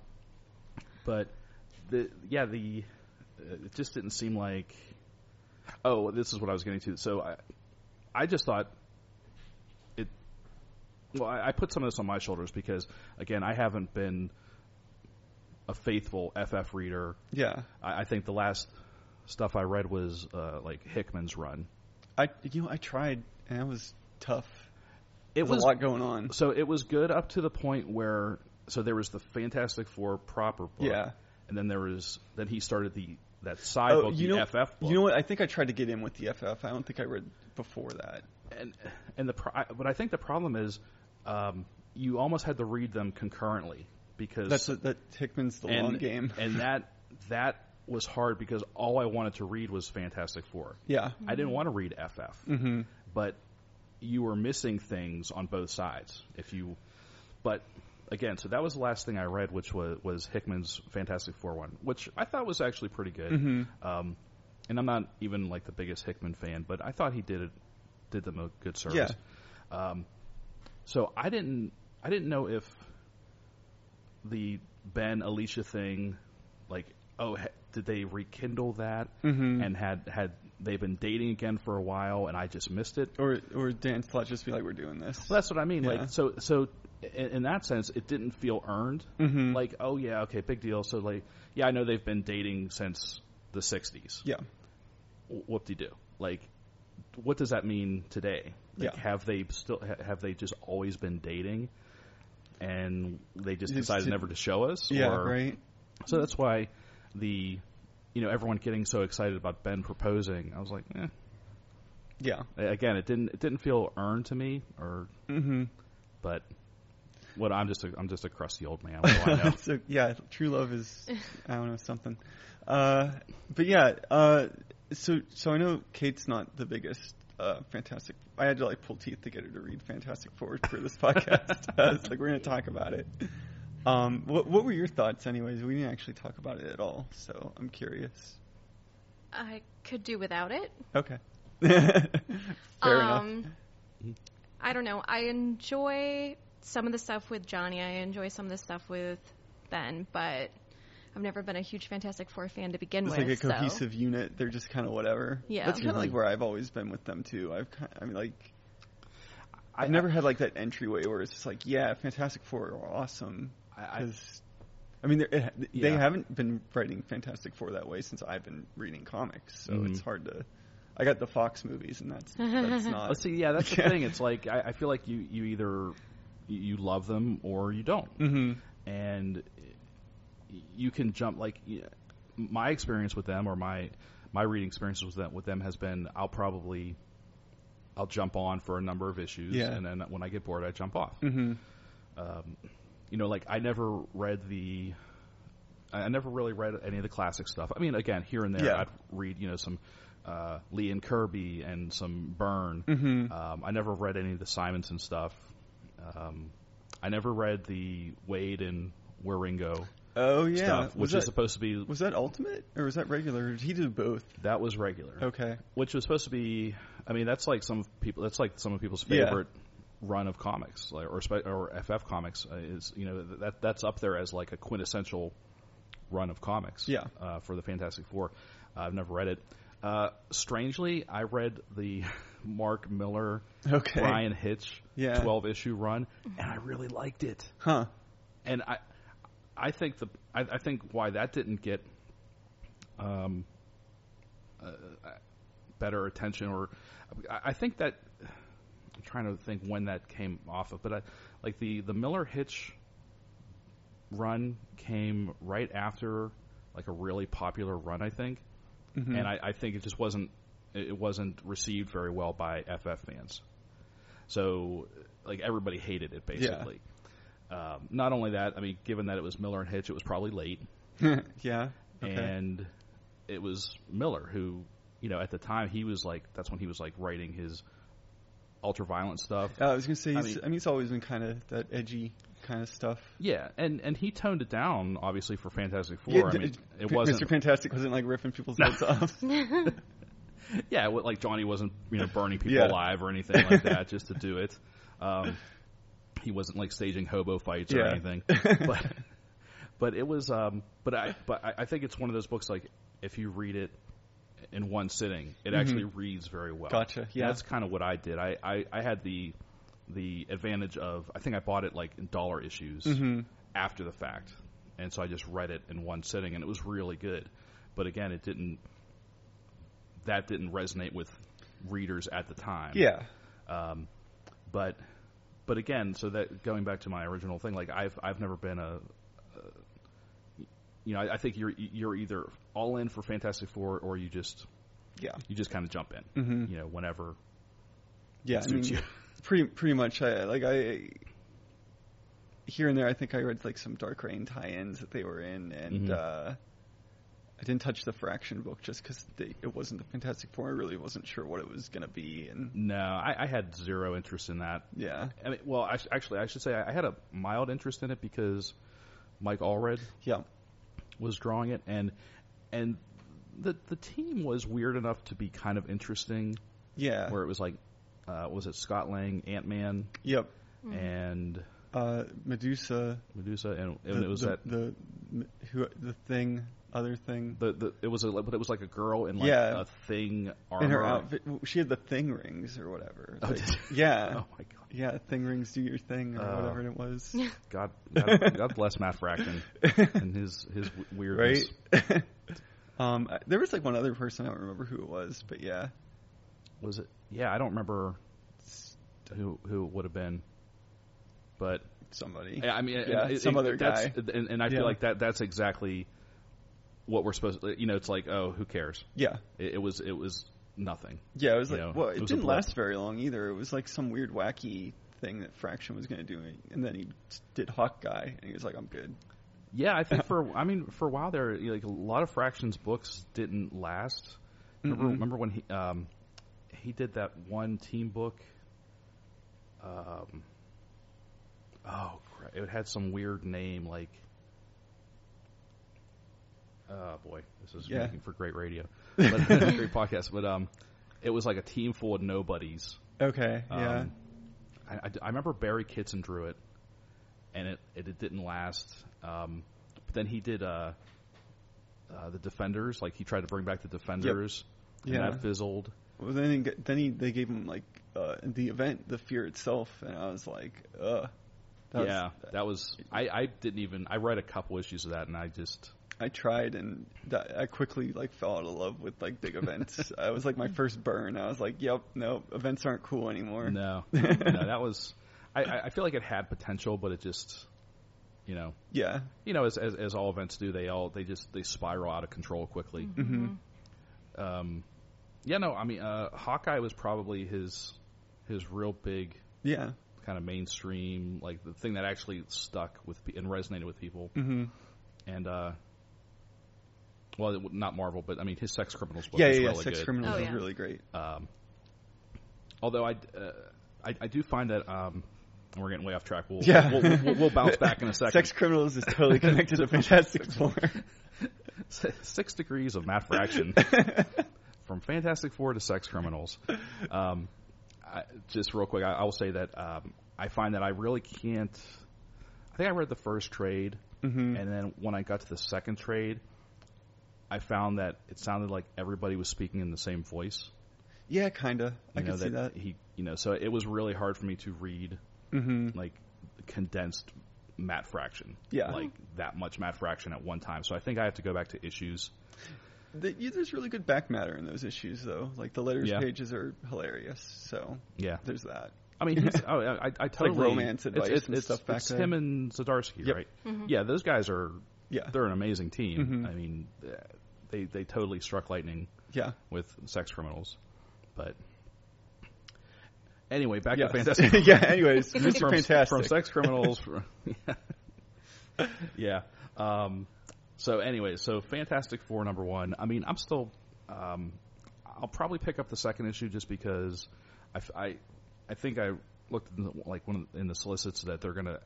[SPEAKER 3] but the yeah, the uh, it just didn't seem like. Oh, this is what I was getting to. So I, I just thought it. Well, I, I put some of this on my shoulders because again, I haven't been a faithful FF reader
[SPEAKER 2] yeah.
[SPEAKER 3] I, I think the last stuff I read was uh, like Hickman's run.
[SPEAKER 2] I you know I tried and it was tough.
[SPEAKER 3] It
[SPEAKER 2] There's was
[SPEAKER 3] was
[SPEAKER 2] a lot going on.
[SPEAKER 3] so it was good up to the point where so there was the Fantastic Four proper book,
[SPEAKER 2] Yeah.
[SPEAKER 3] and then there was then he started the that side
[SPEAKER 2] Oh,
[SPEAKER 3] book,
[SPEAKER 2] you
[SPEAKER 3] the
[SPEAKER 2] know-
[SPEAKER 3] FF book,
[SPEAKER 2] You know what? I think I tried to get in with the FF. I don't think I read before that.
[SPEAKER 3] and and the pro- but I think the problem is um, you almost had to read them concurrently because
[SPEAKER 2] That's that Hickman's the
[SPEAKER 3] and,
[SPEAKER 2] long game.
[SPEAKER 3] and that that was hard because all I wanted to read was Fantastic 4
[SPEAKER 2] Yeah.
[SPEAKER 3] I didn't want to read FF.
[SPEAKER 2] Mm-hmm.
[SPEAKER 3] but you were missing things on both sides. If you, but again, so that was the last thing I read, which was was Hickman's Fantastic Four one, which I thought was actually pretty good.
[SPEAKER 2] Mm-hmm.
[SPEAKER 3] Um, and I'm not even like the biggest Hickman fan, but I thought he did it did them a good service. Um, so I didn't I didn't know if the Ben Alicia thing, like oh, he- did they rekindle that
[SPEAKER 2] Mm-hmm.
[SPEAKER 3] and had had they been dating again for a while and I just missed it.
[SPEAKER 2] or or Dan Slott just be like, we're doing this.
[SPEAKER 3] Well, that's what I mean.
[SPEAKER 2] Yeah.
[SPEAKER 3] Like, so, so in, in that sense, it didn't feel earned.
[SPEAKER 2] Mhm.
[SPEAKER 3] Like, oh yeah, okay, big deal. So, like, yeah, I know they've been dating since the '60s.
[SPEAKER 2] Yeah.
[SPEAKER 3] Whoop de doo. Like, what does that mean today? Like,
[SPEAKER 2] Yeah.
[SPEAKER 3] have they still ha- have they just always been dating, and they just
[SPEAKER 2] Just
[SPEAKER 3] decided
[SPEAKER 2] to-
[SPEAKER 3] never to show us?
[SPEAKER 2] Yeah.
[SPEAKER 3] Or-
[SPEAKER 2] Right.
[SPEAKER 3] So that's why the you know everyone getting so excited about Ben proposing. I was like, eh.
[SPEAKER 2] Yeah.
[SPEAKER 3] again, it didn't it didn't feel earned to me, or
[SPEAKER 2] Mm-hmm.
[SPEAKER 3] but what I'm just a, I'm just a crusty old man. What do I know?
[SPEAKER 2] so yeah, true love is I don't know something. Uh, but yeah, uh, so so I know Kate's not the biggest uh, Fantastic. I had to like pull teeth to get her to read Fantastic Four for this podcast. uh, it's like we're gonna talk about it. Um, what what were your thoughts, anyways? We didn't actually talk about it at all, so I'm curious.
[SPEAKER 4] I could do without it.
[SPEAKER 2] Okay, fair enough.
[SPEAKER 4] um, I don't know. I enjoy some of the stuff with Johnny. I enjoy some of the stuff with Ben, but I've never been a huge Fantastic Four fan to begin
[SPEAKER 2] It's
[SPEAKER 4] with.
[SPEAKER 2] like a
[SPEAKER 4] so-
[SPEAKER 2] cohesive unit. They're just kind of whatever.
[SPEAKER 4] Yeah.
[SPEAKER 2] that's kind of like
[SPEAKER 3] Mhm.
[SPEAKER 2] where I've always been with them too. I've kind I mean like
[SPEAKER 3] I-
[SPEAKER 2] I've never had like that entryway where it's just like, yeah, Fantastic Four are awesome.
[SPEAKER 3] I, I,
[SPEAKER 2] 'Cause, I mean, they're- it, they
[SPEAKER 3] Yeah.
[SPEAKER 2] haven't been writing Fantastic Four that way since I've been reading comics, so
[SPEAKER 3] Mhm.
[SPEAKER 2] it's hard to. I got the Fox movies, and that's that's not.
[SPEAKER 3] let's see. Yeah, that's the
[SPEAKER 2] Yeah.
[SPEAKER 3] thing. It's like I, I feel like you you either you you love them or you don't.
[SPEAKER 2] hmm
[SPEAKER 3] and you can jump like y- my experience with them or my my reading experiences with them with them has been I'll probably I'll jump on for a number of issues
[SPEAKER 2] Yeah.
[SPEAKER 3] and then when I get bored I jump off.
[SPEAKER 2] hmm
[SPEAKER 3] Um, you know, like I never read the I I never really read any of the classic stuff. I mean, again, here and there
[SPEAKER 2] Yeah.
[SPEAKER 3] I'd read you know some uh, Lee and Kirby and some Byrne.
[SPEAKER 2] hmm
[SPEAKER 3] Um, I never read any of the Simonson stuff. Um, I never read the Wade and Waringo
[SPEAKER 2] Oh yeah,
[SPEAKER 3] stuff,
[SPEAKER 2] was
[SPEAKER 3] which
[SPEAKER 2] that,
[SPEAKER 3] is supposed to be
[SPEAKER 2] was that Ultimate or was that regular? Or did he do both?
[SPEAKER 3] that was regular,
[SPEAKER 2] Okay,
[SPEAKER 3] which was supposed to be. I mean, that's like some people. That's like some of people's
[SPEAKER 2] Yeah.
[SPEAKER 3] favorite run of comics, like, or spe- or FF comics uh, is you know th- that that's up there as like a quintessential run of comics.
[SPEAKER 2] Yeah.
[SPEAKER 3] uh, for the Fantastic Four, uh, I've never read it. Uh, strangely, I read the Mark Miller
[SPEAKER 2] okay,
[SPEAKER 3] Brian Hitch
[SPEAKER 2] Yeah.
[SPEAKER 3] twelve issue run, and I really liked it.
[SPEAKER 2] huh?
[SPEAKER 3] and I, I think the I, I think why that didn't get, um, uh, better attention or, I, I think that I'm trying to think when that came off of, but I like the the Miller Hitch run came right after like a really popular run I think,
[SPEAKER 2] Mhm.
[SPEAKER 3] and I, I think it just wasn't it it wasn't received very well by FF fans. So like everybody hated it basically. Um, not only that, I mean, given that it was Miller and Hitch, it was probably late,
[SPEAKER 2] yeah, okay,
[SPEAKER 3] and it was Miller who, you know, at the time he was like that's when he was like writing his ultraviolent stuff.
[SPEAKER 2] Uh, I was gonna say,
[SPEAKER 3] I
[SPEAKER 2] he's, I,
[SPEAKER 3] mean-
[SPEAKER 2] mean, he's always been kind of that edgy kind of stuff.
[SPEAKER 3] Yeah, and and he toned it down obviously for Fantastic Four.
[SPEAKER 2] Yeah,
[SPEAKER 3] I
[SPEAKER 2] d-
[SPEAKER 3] mean, it
[SPEAKER 2] P-
[SPEAKER 3] wasn't
[SPEAKER 2] Mr. Fantastic wasn't like ripping people's heads off.
[SPEAKER 3] yeah, well, like Johnny wasn't you know burning people
[SPEAKER 2] Yeah.
[SPEAKER 3] alive or anything like that just to do it. Um, he wasn't like staging hobo fights or
[SPEAKER 2] Yeah.
[SPEAKER 3] anything. But but it was um, but I but I I think it's one of those books like if you read it in one sitting, it actually reads very well.
[SPEAKER 2] Mm-hmm. Gotcha,
[SPEAKER 3] And
[SPEAKER 2] yeah.
[SPEAKER 3] that's kind of what I did. I, I I had the the advantage of I think I bought it like in dollar issues
[SPEAKER 2] Mhm.
[SPEAKER 3] after the fact, and so I just read it in one sitting, and it was really good. But again, it didn't. That didn't resonate with readers at the time.
[SPEAKER 2] Yeah.
[SPEAKER 3] But, but again, so that going back to my original thing, like I've I've never been a. uh, you know, I, I think you're you're either all in for Fantastic Four, or you just
[SPEAKER 2] Yeah.
[SPEAKER 3] you just kind of jump in.
[SPEAKER 2] hmm
[SPEAKER 3] You know, whenever
[SPEAKER 2] Yeah.
[SPEAKER 3] it
[SPEAKER 2] I mean,
[SPEAKER 3] suits you.
[SPEAKER 2] pretty pretty much. I, like I here and there, I think I read like some Dark Rain tie-ins that they were in, and
[SPEAKER 3] Mhm.
[SPEAKER 2] uh, I didn't touch the Fraction book just because it wasn't the Fantastic Four. I really wasn't sure what it was gonna be, and
[SPEAKER 3] No, I, I had zero interest in that
[SPEAKER 2] yeah,
[SPEAKER 3] I mean, well, I, sh- actually, I should say I I had a mild interest in it because Mike Allred
[SPEAKER 2] yeah,
[SPEAKER 3] was drawing it, and and the the team was weird enough to be kind of interesting,
[SPEAKER 2] yeah,
[SPEAKER 3] where it was like, uh, was it Scott Lang, Ant Man,
[SPEAKER 2] yep.
[SPEAKER 3] and
[SPEAKER 2] Uh, Medusa.
[SPEAKER 3] Medusa, and, and
[SPEAKER 2] the,
[SPEAKER 3] it was
[SPEAKER 2] the,
[SPEAKER 3] that
[SPEAKER 2] the who the thing, other thing.
[SPEAKER 3] the, the it was a but it was like a girl in like
[SPEAKER 2] Yeah.
[SPEAKER 3] a thing armor.
[SPEAKER 2] In her outfit, she had the thing rings or whatever.
[SPEAKER 3] Oh,
[SPEAKER 2] Like,
[SPEAKER 3] did-
[SPEAKER 2] yeah,
[SPEAKER 3] Oh my god!
[SPEAKER 2] yeah, thing rings, do your thing or
[SPEAKER 3] Oh.
[SPEAKER 2] whatever it was.
[SPEAKER 3] God, God, God bless Matt Fraction and his his w- weirdness.
[SPEAKER 2] right? um, I- there was like one other person I don't remember who it was, but yeah,
[SPEAKER 3] was it? Yeah, I don't remember who who it would have been, but
[SPEAKER 2] somebody.
[SPEAKER 3] I I mean,
[SPEAKER 2] Yeah,
[SPEAKER 3] it-
[SPEAKER 2] some
[SPEAKER 3] it-
[SPEAKER 2] other
[SPEAKER 3] that's-
[SPEAKER 2] guy.
[SPEAKER 3] and, and I
[SPEAKER 2] Yeah.
[SPEAKER 3] feel like that that's exactly what we're supposed to. You know, it's like, oh, who cares?
[SPEAKER 2] Yeah,
[SPEAKER 3] It, it was it was nothing.
[SPEAKER 2] yeah. It was
[SPEAKER 3] You
[SPEAKER 2] like,
[SPEAKER 3] know,
[SPEAKER 2] well,
[SPEAKER 3] it
[SPEAKER 2] it,
[SPEAKER 3] was a
[SPEAKER 2] didn't
[SPEAKER 3] blip.
[SPEAKER 2] last very long either. It was like some weird wacky thing that Fraction was going to do, and then he did Hawk Guy, and he was like, I'm good.
[SPEAKER 3] Yeah, I think for I mean for a while there, you know, like a lot of Fractions books didn't last. Remember,
[SPEAKER 2] Mhm.
[SPEAKER 3] remember when he um, he did that one team book? Um, oh, crap. it had some weird name like. Oh boy, this is
[SPEAKER 2] Yeah.
[SPEAKER 3] making for great radio, but great podcast. But um, it was like a team full of nobodies.
[SPEAKER 2] Okay,
[SPEAKER 3] Um,
[SPEAKER 2] yeah.
[SPEAKER 3] I, I- I remember Barry Kitson drew it, and it it, it didn't last. Um, but then he did uh, uh, the Defenders. Like he tried to bring back the Defenders, and
[SPEAKER 2] Yeah.
[SPEAKER 3] that fizzled.
[SPEAKER 2] Well, then, he, got- then he, they gave him like uh, the event, the fear itself, and I was like, uh. that was-
[SPEAKER 3] yeah, that was. I, I didn't even. I read a couple issues of that, and I just.
[SPEAKER 2] I tried, and that, I quickly like fell out of love with like big events. I was like my first burn. I was like, yep, no, events aren't cool anymore.
[SPEAKER 3] No, no, that was. I- I, I feel like it had potential, but it just, you know,
[SPEAKER 2] Yeah,
[SPEAKER 3] you know, as, as as all events do, they all they just they spiral out of control quickly.
[SPEAKER 4] Mm-hmm.
[SPEAKER 2] Mhm.
[SPEAKER 3] Um, yeah, no, I mean, uh, Hawkeye was probably his his real big
[SPEAKER 2] yeah.
[SPEAKER 3] kind of mainstream, like the thing that actually stuck with pe- and resonated with people.
[SPEAKER 2] Mm-hmm.
[SPEAKER 3] And uh, well, it- not Marvel, but I mean, his Sex Criminals book
[SPEAKER 2] Yeah,
[SPEAKER 3] is
[SPEAKER 2] yeah, yeah.
[SPEAKER 3] really
[SPEAKER 2] Sex
[SPEAKER 3] good.
[SPEAKER 2] Criminals
[SPEAKER 4] Oh,
[SPEAKER 2] is
[SPEAKER 4] yeah.
[SPEAKER 2] really great.
[SPEAKER 3] Um, although I, uh, I I do find that um, we're getting way off track. We'll,
[SPEAKER 2] Yeah.
[SPEAKER 3] we'll, we'll, we'll bounce back in a second.
[SPEAKER 2] Sex Criminals is totally connected to Fantastic Four.
[SPEAKER 3] six degrees of math fraction from Fantastic Four to sex criminals. Um, I, just real quick, I, I will say that um, I find that I really can't. I think I read the first trade,
[SPEAKER 2] Mhm.
[SPEAKER 3] and then when I got to the second trade, I found that it sounded like everybody was speaking in the same voice.
[SPEAKER 2] Yeah, kinda. I
[SPEAKER 3] You know,
[SPEAKER 2] can see that.
[SPEAKER 3] he, you know, so it was really hard for me to read
[SPEAKER 2] Mm-hmm.
[SPEAKER 3] like condensed mat fraction,
[SPEAKER 2] Yeah.
[SPEAKER 3] like that much mat fraction at one time. So I think I have to go back to issues.
[SPEAKER 4] Hmm.
[SPEAKER 2] The, yeah, there's really good back matter in those issues, though. Like the letters
[SPEAKER 3] Yeah.
[SPEAKER 2] pages are hilarious. So
[SPEAKER 3] Yeah,
[SPEAKER 2] there's that.
[SPEAKER 3] I mean, he's, oh, I, I- I totally
[SPEAKER 2] romance advice
[SPEAKER 3] it's, it's,
[SPEAKER 2] and
[SPEAKER 3] it's,
[SPEAKER 2] stuff back
[SPEAKER 3] it's
[SPEAKER 2] then.
[SPEAKER 3] him and Zadarsky,
[SPEAKER 2] Yep.
[SPEAKER 3] right? Yeah, those guys are
[SPEAKER 2] Yeah,
[SPEAKER 3] they're an amazing team.
[SPEAKER 2] Mhm.
[SPEAKER 3] I mean, uh, they they totally struck lightning
[SPEAKER 2] yeah,
[SPEAKER 3] with sex criminals, but anyway, back
[SPEAKER 2] yeah.
[SPEAKER 3] to Fantastic. Four.
[SPEAKER 2] yeah. Anyways,
[SPEAKER 4] From-
[SPEAKER 2] Mr.
[SPEAKER 3] from,
[SPEAKER 2] Fantastic.
[SPEAKER 3] from sex criminals. from- yeah. yeah. Um, so anyway, so Fantastic Four number one. I mean, I'm still. Um, I'll probably pick up the second issue just because I, f- I, I think I looked in the, like one of the, in the solicits that they're gonna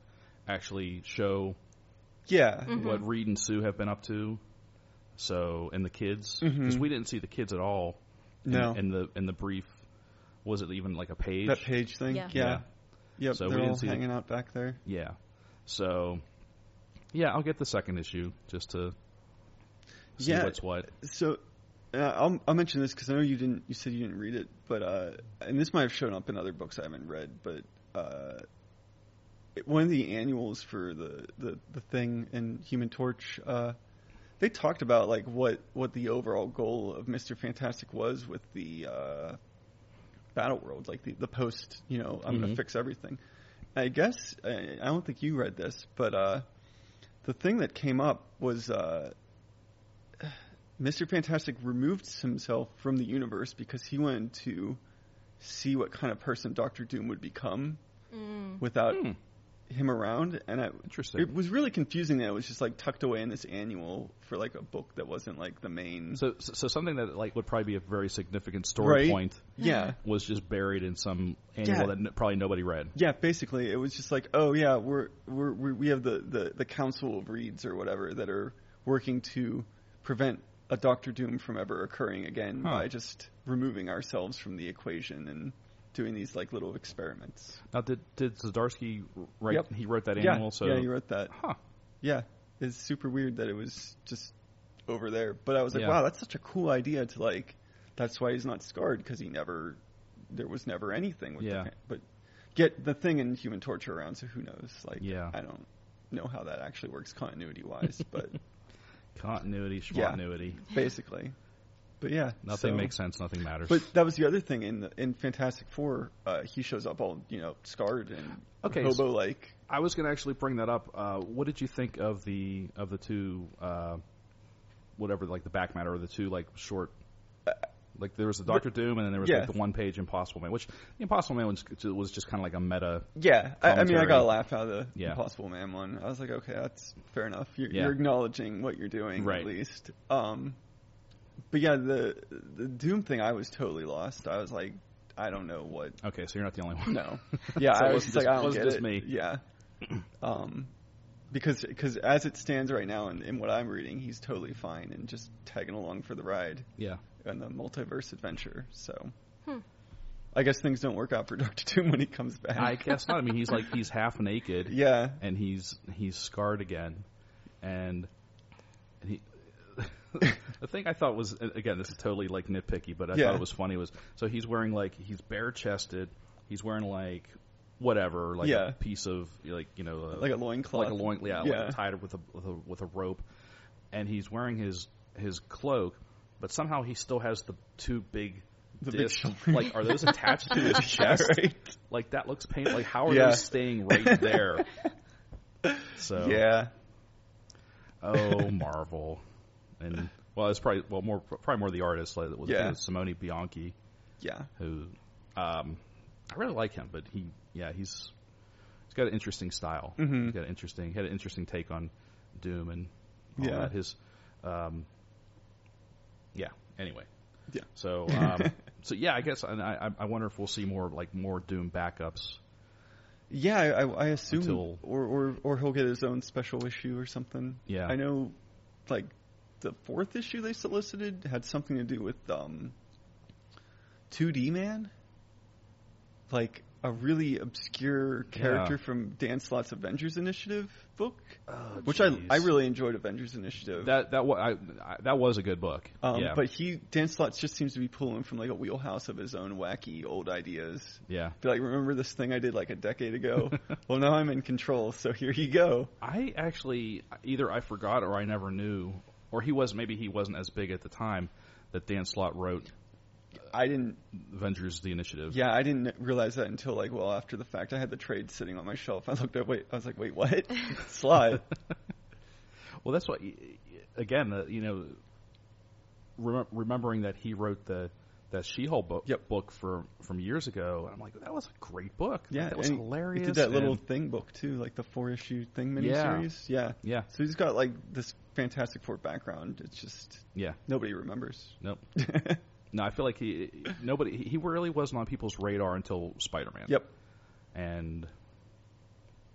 [SPEAKER 3] actually show
[SPEAKER 2] yeah,
[SPEAKER 4] Mm-hmm.
[SPEAKER 3] what Reed and Sue have been up to. So and the kids because
[SPEAKER 2] Mhm.
[SPEAKER 3] we didn't see the kids at all. in-
[SPEAKER 2] no,
[SPEAKER 3] In, the in the brief, was it even like a page?
[SPEAKER 2] that page thing.
[SPEAKER 4] Yeah.
[SPEAKER 2] Yeah, yeah. yep.
[SPEAKER 3] So we
[SPEAKER 2] they're
[SPEAKER 3] didn't
[SPEAKER 2] all
[SPEAKER 3] see the-
[SPEAKER 2] hanging out back there.
[SPEAKER 3] Yeah. So, yeah, I'll get the second issue just to see
[SPEAKER 2] Yeah.
[SPEAKER 3] what's what.
[SPEAKER 2] So, uh, I'll, I'll mention this because I know you didn't. You said you didn't read it, but uh, and this might have shown up in other books I haven't read. But uh, it- one of the annuals for the the, the thing and Human Torch, uh, they talked about like what what the overall goal of Mister Fantastic was with the uh, Battle World, like the the post. You know, I'm
[SPEAKER 3] Mhm.
[SPEAKER 2] gonna fix everything. I guess I, I don't think you read this, but uh, the thing that came up was. Uh, Mr. Fantastic removed himself from the universe because he wanted to see what kind of person Doctor Doom would become
[SPEAKER 4] Mm.
[SPEAKER 2] without
[SPEAKER 3] Hmm,
[SPEAKER 2] him around. And I, it
[SPEAKER 3] interesting.
[SPEAKER 2] was really confusing that it was just like tucked away in this annual for like a book that wasn't like the main.
[SPEAKER 3] So, so something that like would probably be a very significant story
[SPEAKER 2] Right.
[SPEAKER 3] point
[SPEAKER 2] yeah.
[SPEAKER 3] was just buried in some annual
[SPEAKER 2] Yeah.
[SPEAKER 3] that n- probably nobody read.
[SPEAKER 2] Yeah, basically, it was just like, oh yeah, we're we're, we're we have the, the the council of reeds or whatever that are working to prevent a Doctor Doom from ever occurring again
[SPEAKER 3] Huh.
[SPEAKER 2] by just removing ourselves from the equation and doing these like little experiments.
[SPEAKER 3] Now, did did Zdarsky write?
[SPEAKER 2] Yep.
[SPEAKER 3] He wrote that
[SPEAKER 2] yeah,
[SPEAKER 3] annual. So,
[SPEAKER 2] yeah, you wrote that.
[SPEAKER 3] huh?
[SPEAKER 2] Yeah, it's super weird that it was just over there. But I was like,
[SPEAKER 3] Yeah.
[SPEAKER 2] wow, that's such a cool idea to like. That's why he's not scarred because he never, there was never anything with
[SPEAKER 3] Yeah.
[SPEAKER 2] the fan- but get the thing in Human Torture around, so who knows? Like,
[SPEAKER 3] Yeah.
[SPEAKER 2] I don't know how that actually works continuity wise, but
[SPEAKER 3] Continuity,
[SPEAKER 2] Yeah.
[SPEAKER 3] schmontinuity.
[SPEAKER 2] basically, but yeah,
[SPEAKER 3] Nothing
[SPEAKER 2] so-
[SPEAKER 3] makes sense. Nothing matters.
[SPEAKER 2] But that was the other thing in the, in Fantastic Four, uh, he shows up all you know scarred and
[SPEAKER 3] Okay, so-
[SPEAKER 2] hobo like.
[SPEAKER 3] I was going to actually bring that up. Uh, what did you think of the of the two uh, whatever like the back matter or the two like short. Like there was the Doctor Doom, and then there was
[SPEAKER 2] yeah.
[SPEAKER 3] like the one-page Impossible Man, which the Impossible Man was, was just kind of like a meta.
[SPEAKER 2] Yeah, I, I mean, I
[SPEAKER 3] Commentary.
[SPEAKER 2] got a laugh out of the
[SPEAKER 3] Yeah.
[SPEAKER 2] Impossible Man one. I was like, okay, that's fair enough. You're,
[SPEAKER 3] Yeah.
[SPEAKER 2] you're acknowledging what you're doing
[SPEAKER 3] Right.
[SPEAKER 2] at least. Um, but yeah, the the Doom thing, I was totally lost. I was like, I don't know what.
[SPEAKER 3] Okay, so you're not the only one.
[SPEAKER 2] No, yeah,
[SPEAKER 3] So
[SPEAKER 2] I was
[SPEAKER 3] it wasn't
[SPEAKER 2] just
[SPEAKER 3] just-
[SPEAKER 2] like, I don't
[SPEAKER 3] wasn't
[SPEAKER 2] get
[SPEAKER 3] just
[SPEAKER 2] it.
[SPEAKER 3] me.
[SPEAKER 2] Yeah, um, because because as it stands right now, in, in what I'm reading, he's totally fine and just tagging along for the ride
[SPEAKER 3] Yeah.
[SPEAKER 2] and the multiverse adventure. So,
[SPEAKER 4] Hmm.
[SPEAKER 2] I guess things don't work out for Doctor Doom when he comes back.
[SPEAKER 3] I guess not. I mean, he's like he's half naked.
[SPEAKER 2] yeah,
[SPEAKER 3] and he's he's scarred again, and and he. the thing I thought was again, this is totally like nitpicky, but I
[SPEAKER 2] Yeah.
[SPEAKER 3] thought it was funny was so he's wearing like he's bare chested, he's wearing like whatever, like
[SPEAKER 2] Yeah.
[SPEAKER 3] a piece of like you know a,
[SPEAKER 2] like a loincloth.
[SPEAKER 3] like a loin, yeah,
[SPEAKER 2] Yeah.
[SPEAKER 3] Like tied up with a, with a with a rope, and he's wearing his his cloak, but somehow he still has the two big.
[SPEAKER 2] The big
[SPEAKER 3] discs.
[SPEAKER 2] shoulder.
[SPEAKER 3] like are those attached to his chest?
[SPEAKER 2] Right.
[SPEAKER 3] Like that looks painful. Like how are
[SPEAKER 2] Yeah.
[SPEAKER 3] those staying right there? So
[SPEAKER 2] Yeah.
[SPEAKER 3] oh Marvel, and well it's probably well more probably more the artist like was,
[SPEAKER 2] Yeah.
[SPEAKER 3] was Simone Bianchi
[SPEAKER 2] Yeah.
[SPEAKER 3] who um I really like him, but he yeah he's he's got an interesting style.
[SPEAKER 2] Mhm.
[SPEAKER 3] He's got an interesting had an interesting take on Doom and all
[SPEAKER 2] Yeah.
[SPEAKER 3] that. his um yeah anyway
[SPEAKER 2] Yeah.
[SPEAKER 3] so um, so yeah I guess and I I I wonder if we'll see more like more Doom backups.
[SPEAKER 2] Yeah, I, I I assume,
[SPEAKER 3] Until-
[SPEAKER 2] or, or or he'll get his own special issue or something.
[SPEAKER 3] Yeah.
[SPEAKER 2] I know, like the fourth issue they solicited had something to do with um, 2D Man, like a really obscure character from Dan Slott's Avengers Initiative book, which I I really enjoyed Avengers Initiative.
[SPEAKER 3] Oh, that that was I, I, that was a good book.
[SPEAKER 2] um,
[SPEAKER 3] yeah,
[SPEAKER 2] But he Dan Slott just seems to be pulling from like a wheelhouse of his own wacky old ideas.
[SPEAKER 3] yeah.
[SPEAKER 2] Be like, remember this thing I did like a decade ago? well, now I'm in control, so here you go.
[SPEAKER 3] I actually either I forgot or I never knew, or he was maybe he wasn't as big at the time that Dan Slott wrote
[SPEAKER 2] I didn't,
[SPEAKER 3] Avengers: The Initiative.
[SPEAKER 2] yeah, I didn't realize that until like well after the fact. I had the trade sitting on my shelf. I looked at, wait, I was like, wait, what? Slot.
[SPEAKER 3] Well, that's what. Again, uh, you know, remem- remembering that he wrote the that She-Hulk book,
[SPEAKER 2] Yep.
[SPEAKER 3] book for from years ago, I'm like, that was a great book.
[SPEAKER 2] Yeah,
[SPEAKER 3] that was
[SPEAKER 2] and
[SPEAKER 3] hilarious.
[SPEAKER 2] He did that little
[SPEAKER 3] and-
[SPEAKER 2] thing book too, like the four issue thing
[SPEAKER 3] Yeah.
[SPEAKER 2] miniseries. Yeah.
[SPEAKER 3] yeah,
[SPEAKER 2] So he's got like this Fantastic Four background. It's just
[SPEAKER 3] yeah.
[SPEAKER 2] nobody remembers.
[SPEAKER 3] Nope. no, I feel like he nobody he really wasn't on people's radar until Spider-Man.
[SPEAKER 2] Yep.
[SPEAKER 3] and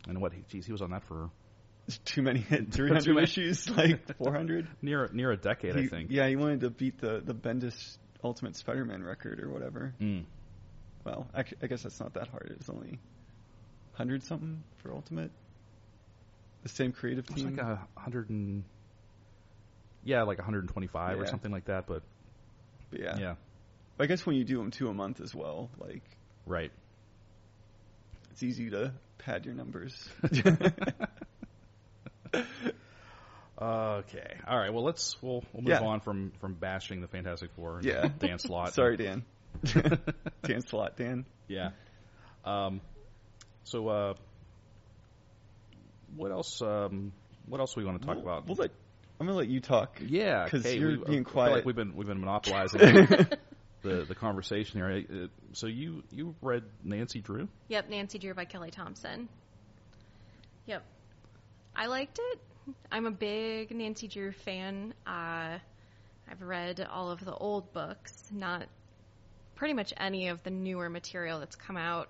[SPEAKER 3] and what? he- Geez, he was on that for
[SPEAKER 2] Too many, 300
[SPEAKER 3] many.
[SPEAKER 2] issues, like 400.
[SPEAKER 3] near near a decade, I
[SPEAKER 2] He-
[SPEAKER 3] think.
[SPEAKER 2] Yeah, he wanted to beat the the Bendis Ultimate Spider-Man record or whatever.
[SPEAKER 3] Mm.
[SPEAKER 2] Well, I, I guess that's not that hard. It was only hundred something for Ultimate. The same creative
[SPEAKER 3] It was
[SPEAKER 2] team.
[SPEAKER 3] like a hundred and yeah, like 125 or
[SPEAKER 2] Yeah.
[SPEAKER 3] something like that. But
[SPEAKER 2] But
[SPEAKER 3] yeah,
[SPEAKER 2] yeah. I guess when you do them two a month as well, like
[SPEAKER 3] right.
[SPEAKER 2] it's easy to pad your numbers.
[SPEAKER 3] Okay, all right. Well, let's we'll, we'll move
[SPEAKER 2] Yeah.
[SPEAKER 3] on from from bashing the Fantastic Four. and
[SPEAKER 2] Yeah.
[SPEAKER 3] Dan Slott.
[SPEAKER 2] Sorry, Dan. Dan slot, Dan.
[SPEAKER 3] Yeah. Um, so uh, what else? Um, what else we want to talk
[SPEAKER 2] We'll-
[SPEAKER 3] about?
[SPEAKER 2] We'll let, I'm gonna let you talk.
[SPEAKER 3] Yeah,
[SPEAKER 2] 'Cause
[SPEAKER 3] hey,
[SPEAKER 2] you're
[SPEAKER 3] we,
[SPEAKER 2] being
[SPEAKER 3] I feel
[SPEAKER 2] quiet.
[SPEAKER 3] like we've been we've been monopolizing the the conversation here. Uh, So you you read Nancy Drew?
[SPEAKER 4] Yep, Nancy Drew by Kelly Thompson. Yep. I liked it. I'm a big Nancy Drew fan. Uh, I've read all of the old books, not pretty much any of the newer material that's come out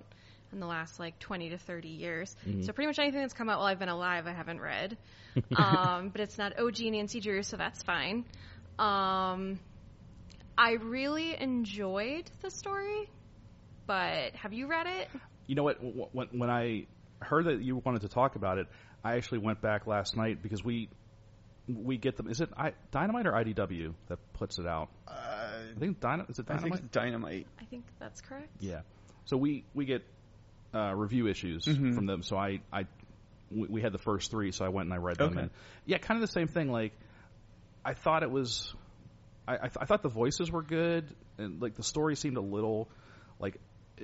[SPEAKER 4] in the last like 20 to 30 years. So pretty much anything that's come out while I've been alive, I haven't read. um, but it's not OG Nancy Drew, so that's fine. Um, I really enjoyed the story, but have you read it?
[SPEAKER 3] You know what? wh- wh- When when I heard that you wanted to talk about it, I actually went back last night because we we get them. Is it I, Dynamite or IDW that puts it out?
[SPEAKER 2] Uh,
[SPEAKER 3] I think Dynamite. Is it
[SPEAKER 2] I think
[SPEAKER 3] Dynamite?
[SPEAKER 2] it's dynamite.
[SPEAKER 4] I think that's correct.
[SPEAKER 3] Yeah. So we we get uh, review issues
[SPEAKER 2] Mhm.
[SPEAKER 3] from them. So I I we, we had the first three, so I went and I read them.
[SPEAKER 2] Okay.
[SPEAKER 3] And yeah, kind of the same thing. Like I thought it was, I I, th- I thought the voices were good, and like the story seemed a little like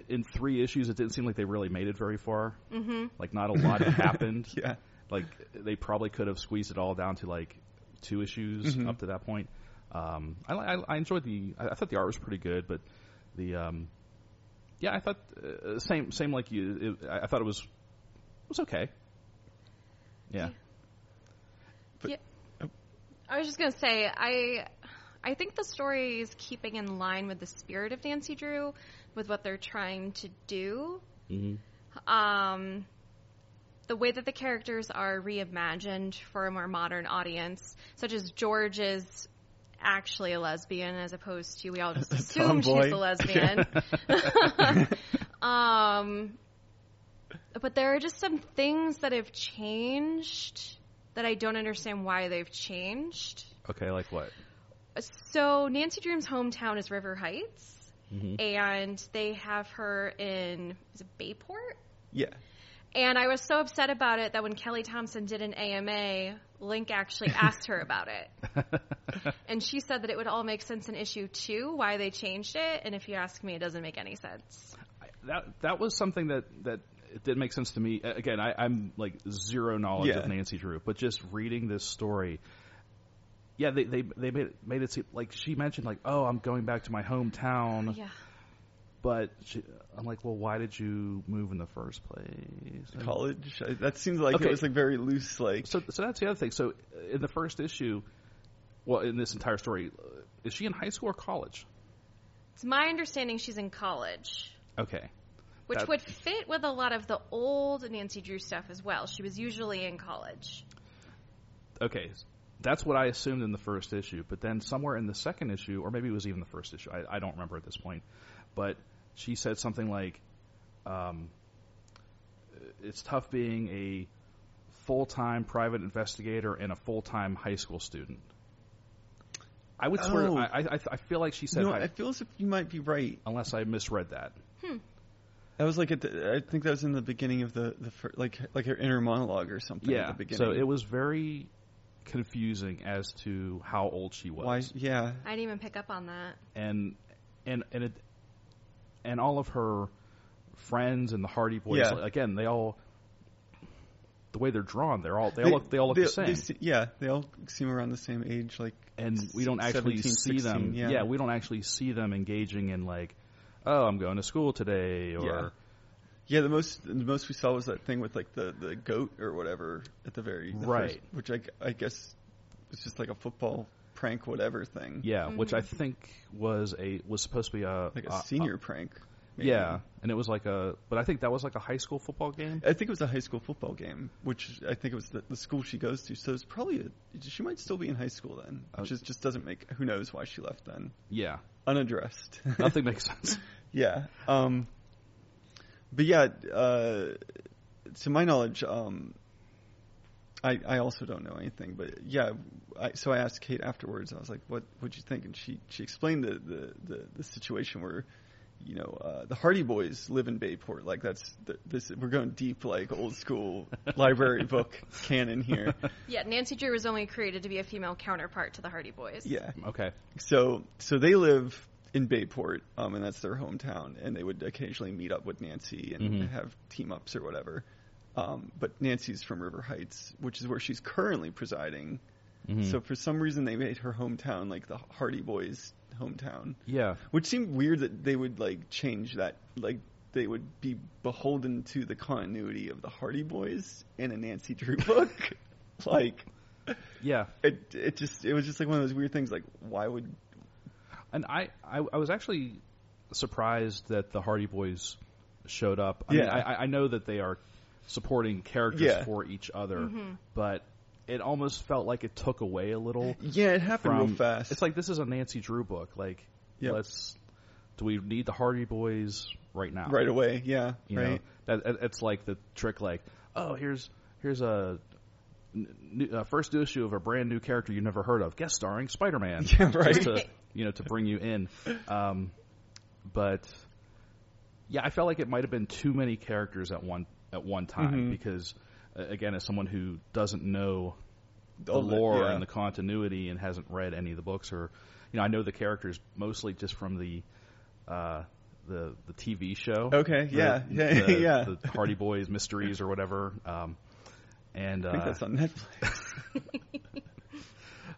[SPEAKER 3] in three issues, it didn't seem like they really made it very far. Mm-hmm. Like not a lot had happened.
[SPEAKER 2] Yeah.
[SPEAKER 3] Like they probably could have squeezed it all down to like two issues
[SPEAKER 2] Mhm.
[SPEAKER 3] up to that point. Um, I, I, I enjoyed the. I, I thought the art was pretty good, but the um, yeah, I thought uh, same same like you. It, I I thought it was it was okay. Yeah.
[SPEAKER 4] Yeah.
[SPEAKER 2] But-
[SPEAKER 4] yeah. I was just gonna say, I I think the story is keeping in line with the spirit of Nancy Drew, with what they're trying to do.
[SPEAKER 3] Mm-hmm.
[SPEAKER 4] Um, the way that the characters are reimagined for a more modern audience, such as George is actually a lesbian, as opposed to we all just assume she's
[SPEAKER 2] tomboy.
[SPEAKER 4] a lesbian. um, but there are just some things that have changed that I don't understand why they've changed.
[SPEAKER 3] Okay, like what?
[SPEAKER 4] So Nancy Dream's hometown is River Heights,
[SPEAKER 3] Mm-hmm.
[SPEAKER 4] and they have her in is it Bayport?
[SPEAKER 2] Yeah.
[SPEAKER 4] And I was so upset about it that when Kelly Thompson did an AMA, Link actually asked her about it. And she said that it would all make sense in issue two, why they changed it. And if you ask me, it doesn't make any sense.
[SPEAKER 3] that that was something that that it did make sense to me. A- Again, I, I'm like zero knowledge
[SPEAKER 2] Yeah.
[SPEAKER 3] of Nancy Drew, but just reading this story, yeah, they they they made it, made it seem like she mentioned like, oh, I'm going back to my hometown,
[SPEAKER 4] Yeah.
[SPEAKER 3] but she, I'm like, well, why did you move in the first place? And-
[SPEAKER 2] College. I, that seems like
[SPEAKER 3] Okay.
[SPEAKER 2] it was like very loose. Like
[SPEAKER 3] so so that's the other thing. So uh, in the first issue, well, in this entire story, uh, is she in high school or college?
[SPEAKER 4] It's my understanding she's in college,
[SPEAKER 3] Okay,
[SPEAKER 4] which
[SPEAKER 3] That-
[SPEAKER 4] would fit with a lot of the old Nancy Drew stuff as well. She was usually in college.
[SPEAKER 3] okay, that's what I assumed in the first issue. But then somewhere in the second issue, or maybe it was even the first issue, I, I don't remember at this point. But she said something like, um, "It's tough being a full-time private investigator and a full-time high school student." I would swear,
[SPEAKER 2] Oh.
[SPEAKER 3] I, I, I- I feel like she said,
[SPEAKER 2] no,
[SPEAKER 3] high,
[SPEAKER 2] I feel as if you might be right.
[SPEAKER 3] unless I misread that.
[SPEAKER 2] That was like at the, I think that was in the beginning of the the fir- like like her inner monologue or something.
[SPEAKER 3] Yeah.
[SPEAKER 2] At the beginning.
[SPEAKER 3] So it was very confusing as to how old she was.
[SPEAKER 2] Why? Yeah.
[SPEAKER 4] I didn't even pick up on that.
[SPEAKER 3] and and and it and all of her friends and the Hardy Boys
[SPEAKER 2] Yeah.
[SPEAKER 3] like, again they all the way they're drawn they're all they, all look they all look the same
[SPEAKER 2] they se- yeah, they all seem around the same age. Like
[SPEAKER 3] and we don't
[SPEAKER 2] 17,
[SPEAKER 3] actually see them
[SPEAKER 2] 16, yeah.
[SPEAKER 3] we don't actually see them engaging in like oh I'm going to school today or
[SPEAKER 2] yeah, the most the most we saw was that thing with like the the goat or whatever at the very the
[SPEAKER 3] Right.
[SPEAKER 2] first- which I I guess was just like a football prank whatever thing.
[SPEAKER 3] yeah which I think was a was supposed to be a
[SPEAKER 2] like a
[SPEAKER 3] a-
[SPEAKER 2] senior prank.
[SPEAKER 3] a-
[SPEAKER 2] maybe.
[SPEAKER 3] uh, yeah and it was like a but I think that was like a high school football game
[SPEAKER 2] I think it was a high school football game, which I think it was the, the school she goes to. So it's probably a, she might still be in high school then, which is, just doesn't make who knows why she left then
[SPEAKER 3] yeah
[SPEAKER 2] unaddressed.
[SPEAKER 3] nothing makes sense
[SPEAKER 2] Yeah. Um, but yeah, uh, to my knowledge, um, I, I also don't know anything. But yeah, I, so I asked Kate afterwards. I was like, "What would you think?" And she she explained the the, the, the situation where. You know, uh, the Hardy Boys live in Bayport. Like that's th- this. We're going deep, like old school library book canon here.
[SPEAKER 4] Yeah, Nancy Drew was only created to be a female counterpart to the Hardy Boys.
[SPEAKER 2] Yeah.
[SPEAKER 3] okay
[SPEAKER 2] So so they live in Bayport, um, and that's their hometown, and they would occasionally meet up with Nancy and
[SPEAKER 3] Mhm.
[SPEAKER 2] have team ups or whatever. Um, but Nancy's from River Heights, which is where she's currently presiding.
[SPEAKER 3] Mhm.
[SPEAKER 2] So for some reason, they made her hometown like the Hardy Boys' hometown,
[SPEAKER 3] yeah
[SPEAKER 2] which seemed weird that they would like change that. Like they would be beholden to the continuity of the Hardy Boys in a Nancy Drew book. like
[SPEAKER 3] yeah
[SPEAKER 2] it, it just it was just like one of those weird things. Like why would
[SPEAKER 3] And I, I, I was actually surprised that the Hardy Boys showed up. I mean,
[SPEAKER 2] Yeah.
[SPEAKER 3] I, I- I know that they are supporting characters
[SPEAKER 2] Yeah.
[SPEAKER 3] for each other, but it almost felt like it took away a little.
[SPEAKER 2] Yeah, it happened
[SPEAKER 3] From
[SPEAKER 2] real fast.
[SPEAKER 3] It's like this is a Nancy Drew book. Like,
[SPEAKER 2] Yeah.
[SPEAKER 3] let's. Do we need the Hardy Boys right now?
[SPEAKER 2] right away. Yeah,
[SPEAKER 3] You
[SPEAKER 2] right.
[SPEAKER 3] know, that, that- it's like the trick. Like, oh, here's here's a. n- New, uh, first issue of a brand new character you never heard of, guest starring Spider Man
[SPEAKER 2] Yeah,
[SPEAKER 3] just
[SPEAKER 2] right.
[SPEAKER 3] to you know to bring you in. Um, but yeah, I felt like it might have been too many characters at one at one time
[SPEAKER 2] Mhm.
[SPEAKER 3] because uh, again, as someone who doesn't know the
[SPEAKER 2] All
[SPEAKER 3] lore
[SPEAKER 2] Oh, yeah.
[SPEAKER 3] and the continuity and hasn't read any of the books or you know, I know the characters mostly just from the uh, the the TV show.
[SPEAKER 2] Okay,
[SPEAKER 3] The-
[SPEAKER 2] yeah, yeah,
[SPEAKER 3] the,
[SPEAKER 2] yeah.
[SPEAKER 3] The Hardy Boys mysteries or whatever. Um, and
[SPEAKER 2] I think
[SPEAKER 3] uh,
[SPEAKER 2] that's on Netflix.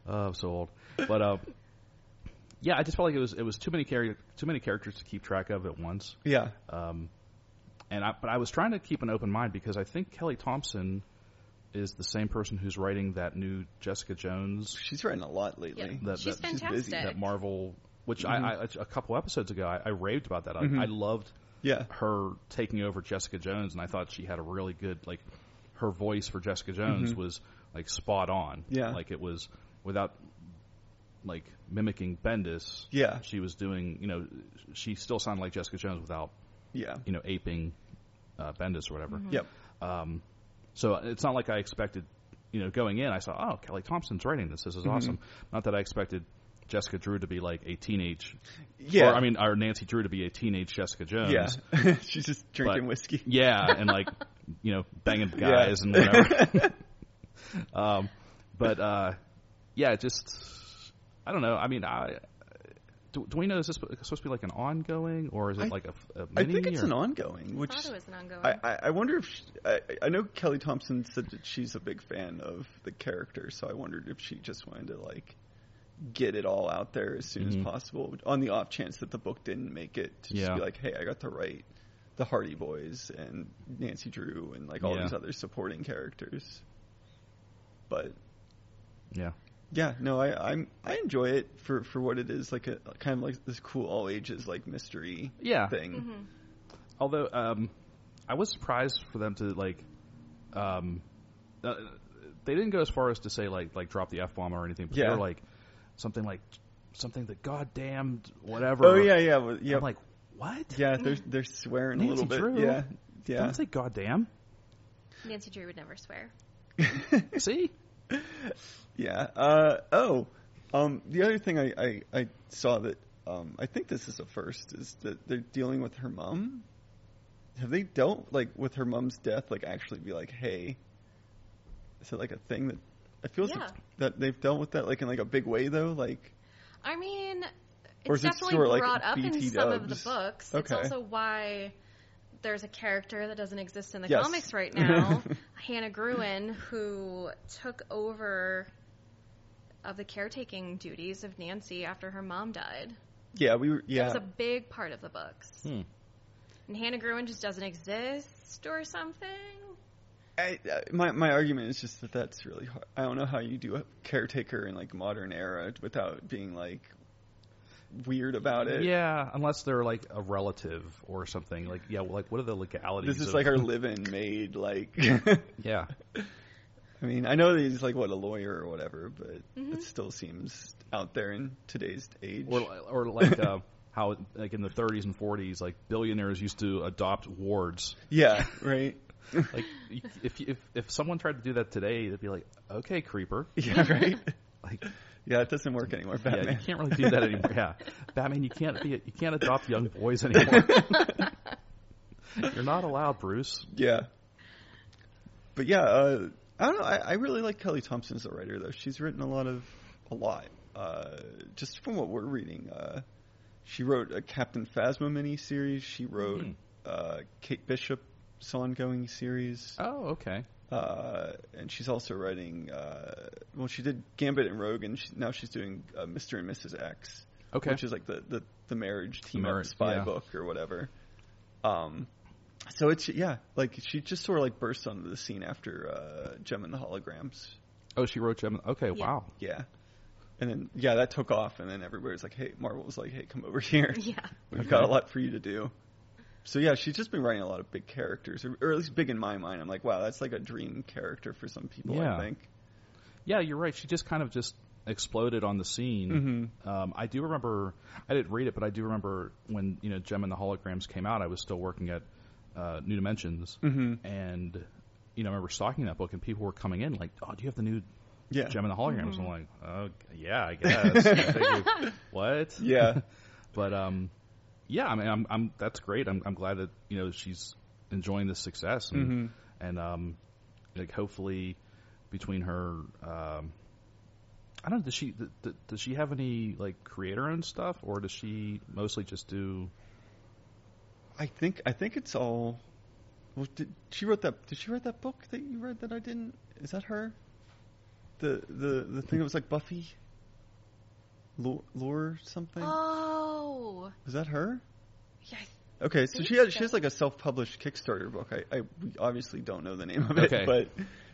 [SPEAKER 3] Oh, I'm so old. But uh, yeah, I just felt like it was it was too many char- too many characters to keep track of at once.
[SPEAKER 2] Yeah.
[SPEAKER 3] Um, and I, but I was trying to keep an open mind because I think Kelly Thompson is the same person who's writing that new Jessica Jones
[SPEAKER 2] She's writing a lot lately.
[SPEAKER 4] Yep.
[SPEAKER 3] that
[SPEAKER 4] She's
[SPEAKER 3] that,
[SPEAKER 2] she's busy.
[SPEAKER 4] fantastic.
[SPEAKER 3] that Marvel, which I, I
[SPEAKER 2] Mm-hmm.
[SPEAKER 3] a couple episodes ago I, I raved about that. I,
[SPEAKER 2] Mhm.
[SPEAKER 3] I loved
[SPEAKER 2] Yeah.
[SPEAKER 3] her taking over Jessica Jones, and I thought she had a really good like her voice for Jessica Jones was like spot on.
[SPEAKER 2] Mm-hmm. Yeah.
[SPEAKER 3] like it was without like mimicking Bendis.
[SPEAKER 2] Yeah.
[SPEAKER 3] She was doing, you know, she still sounded like Jessica Jones without,
[SPEAKER 2] Yeah.
[SPEAKER 3] you know, aping uh, Bendis or whatever.
[SPEAKER 2] Mm-hmm. Yep.
[SPEAKER 3] Um, so it's not like I expected, you know, going in, I saw, oh, Kelly Thompson's writing this. This
[SPEAKER 2] Mm-hmm.
[SPEAKER 3] is awesome. Not that I expected Jessica Drew to be like a teenage,
[SPEAKER 2] Yeah.
[SPEAKER 3] or I mean, or Nancy Drew to be a teenage Jessica Jones.
[SPEAKER 2] yeah. she's just drinking
[SPEAKER 3] But-
[SPEAKER 2] whiskey.
[SPEAKER 3] Yeah, and like you know, banging
[SPEAKER 2] Yeah.
[SPEAKER 3] guys and whatever. um, but uh, yeah, just I don't know. I mean, I do, do we know is this supposed to be like an ongoing or is it
[SPEAKER 2] I-
[SPEAKER 3] like a, a
[SPEAKER 2] I
[SPEAKER 3] mini?
[SPEAKER 2] think it's
[SPEAKER 3] or-
[SPEAKER 2] an ongoing, which
[SPEAKER 4] I thought it was an ongoing.
[SPEAKER 3] Um,
[SPEAKER 2] I, I, I wonder if she, I, I know Kelly Thompson said that she's a big fan of the character, so I wondered if she just wanted to like get it all out there as soon
[SPEAKER 3] Mhm.
[SPEAKER 2] as possible. On the off chance that the book didn't make it, to just
[SPEAKER 3] Yeah.
[SPEAKER 2] be like, hey, I got to write the Hardy Boys and Nancy Drew and like all
[SPEAKER 3] Yeah.
[SPEAKER 2] these other supporting characters. But
[SPEAKER 3] yeah,
[SPEAKER 2] yeah, no, I I'm, I enjoy it for for what it is, like a kind of like this cool all ages like mystery
[SPEAKER 3] yeah.
[SPEAKER 2] thing.
[SPEAKER 4] Mhm.
[SPEAKER 3] Although um, I was surprised for them to like, um, uh, they didn't go as far as to say like like drop the f bomb or anything. But they
[SPEAKER 2] Yeah.
[SPEAKER 3] were like something like something the goddamn whatever.
[SPEAKER 2] Oh yeah, yeah, well, yeah.
[SPEAKER 3] I'm like what?
[SPEAKER 2] Yeah, they're they're swearing
[SPEAKER 3] Nancy
[SPEAKER 2] a little bit.
[SPEAKER 3] Drew?
[SPEAKER 2] Yeah, yeah.
[SPEAKER 3] Don't say goddamn.
[SPEAKER 4] Nancy Drew would never swear.
[SPEAKER 3] See?
[SPEAKER 2] Yeah. Uh, oh, um, the other thing I, I, I saw that um, I think this is a first is that they're dealing with her mom. Have they dealt like with her mom's death? Like actually be like, hey, is it like a thing that I feel as if
[SPEAKER 4] Yeah.
[SPEAKER 2] that they've dealt with that like in like a big way though? Like
[SPEAKER 4] I mean,
[SPEAKER 2] Or
[SPEAKER 4] it's
[SPEAKER 2] is it
[SPEAKER 4] definitely
[SPEAKER 2] sort of like
[SPEAKER 4] brought up in
[SPEAKER 2] BT
[SPEAKER 4] some of the
[SPEAKER 2] dubs?
[SPEAKER 4] books. It's
[SPEAKER 2] Okay.
[SPEAKER 4] also why there's a character that doesn't exist in the
[SPEAKER 2] Yes.
[SPEAKER 4] comics right now, Hannah Gruen, who took over of the caretaking duties of Nancy after her mom died.
[SPEAKER 2] yeah, we were
[SPEAKER 4] It
[SPEAKER 2] yeah.
[SPEAKER 4] was a big part of the books.
[SPEAKER 3] Hmm.
[SPEAKER 4] And Hannah Gruen just doesn't exist or something.
[SPEAKER 2] I, I, my my argument is just that that's really hard. I don't know how you do a caretaker in like modern era without being like weird about it.
[SPEAKER 3] Yeah, unless they're like a relative or something. Like, yeah, well, like what are the legalities?
[SPEAKER 2] This is
[SPEAKER 3] of-
[SPEAKER 2] like our live-in maid. Like, I
[SPEAKER 3] yeah,
[SPEAKER 2] mean, I know that he's like what a lawyer or whatever, but
[SPEAKER 4] Mhm.
[SPEAKER 2] it still seems out there in today's age.
[SPEAKER 3] or or like uh, how like in the 30s and 40s, like billionaires used to adopt wards.
[SPEAKER 2] yeah, right.
[SPEAKER 3] Like, you- if if if someone tried to do that today, they'd be like, okay, creeper.
[SPEAKER 2] Yeah, right.
[SPEAKER 3] Like,
[SPEAKER 2] Yeah, it doesn't work anymore. Batman.
[SPEAKER 3] yeah, you can't really do that anymore. Yeah, Batman, you can't be you can't adopt young boys anymore. You're not allowed, Bruce.
[SPEAKER 2] Yeah. But yeah, uh, I don't know. I, I really like Kelly Thompson as a writer, though. She's written a lot of a lot. Uh, just from what we're reading, uh, she wrote a Captain Phasma miniseries. She wrote
[SPEAKER 3] Mhm.
[SPEAKER 2] uh, Kate Bishop's ongoing series,
[SPEAKER 3] Oh, okay.
[SPEAKER 2] uh, and she's also writing. Uh, well, she did Gambit and Rogue, and she, now she's doing uh, Mister and Mrs. X
[SPEAKER 3] Okay.
[SPEAKER 2] which is like the the, the marriage team
[SPEAKER 3] marriage,
[SPEAKER 2] up spy
[SPEAKER 3] yeah.
[SPEAKER 2] book or whatever. Um, so it's yeah, like she just sort of like burst onto the scene after uh, Gem and the Holograms,
[SPEAKER 3] oh, she wrote Gemini. Okay,
[SPEAKER 4] Yeah.
[SPEAKER 3] wow.
[SPEAKER 2] yeah, and then yeah, that took off, and then everybody's like, hey, Marvel was like, hey, come over here,
[SPEAKER 4] Yeah.
[SPEAKER 2] we've got a lot for you to do. So yeah, she's just been writing a lot of big characters, or, or at least big in my mind. I'm like, wow, that's like a dream character for some people.
[SPEAKER 3] Yeah.
[SPEAKER 2] I think.
[SPEAKER 3] Yeah, you're right. She just kind of just exploded on the scene.
[SPEAKER 2] Mm-hmm.
[SPEAKER 3] Um, I do remember. I didn't read it, but I do remember when you know Gem and the Holograms came out. I was still working at uh, New Dimensions,
[SPEAKER 2] Mm-hmm.
[SPEAKER 3] and you know I remember stocking that book, and people were coming in like, "Oh, do you have the new
[SPEAKER 2] Yeah.
[SPEAKER 3] Gem and the Holograms?" I'm like,
[SPEAKER 4] Mm-hmm.
[SPEAKER 3] "Oh, yeah, I guess." I figured, what?
[SPEAKER 2] Yeah.
[SPEAKER 3] But um, yeah, I mean, I'm, I'm that's great. I'm, I'm glad that you know she's enjoying this success, and,
[SPEAKER 2] Mhm.
[SPEAKER 3] and um, like hopefully between her, um, I don't know, does she th- th- does she have any like creator owned stuff, or does she mostly just do?
[SPEAKER 2] I think I think it's all. Well, did she wrote that? Did she write that book that you read that I didn't? Is that her? the the the thing that was like Buffy. Lore, lore something
[SPEAKER 4] Uh, Oh,
[SPEAKER 2] was that her?
[SPEAKER 4] yeah. I
[SPEAKER 2] Okay, so
[SPEAKER 4] think
[SPEAKER 2] she has
[SPEAKER 4] so.
[SPEAKER 2] she has like a self published Kickstarter book. I, I we obviously don't know the name of
[SPEAKER 3] Okay.
[SPEAKER 2] it, but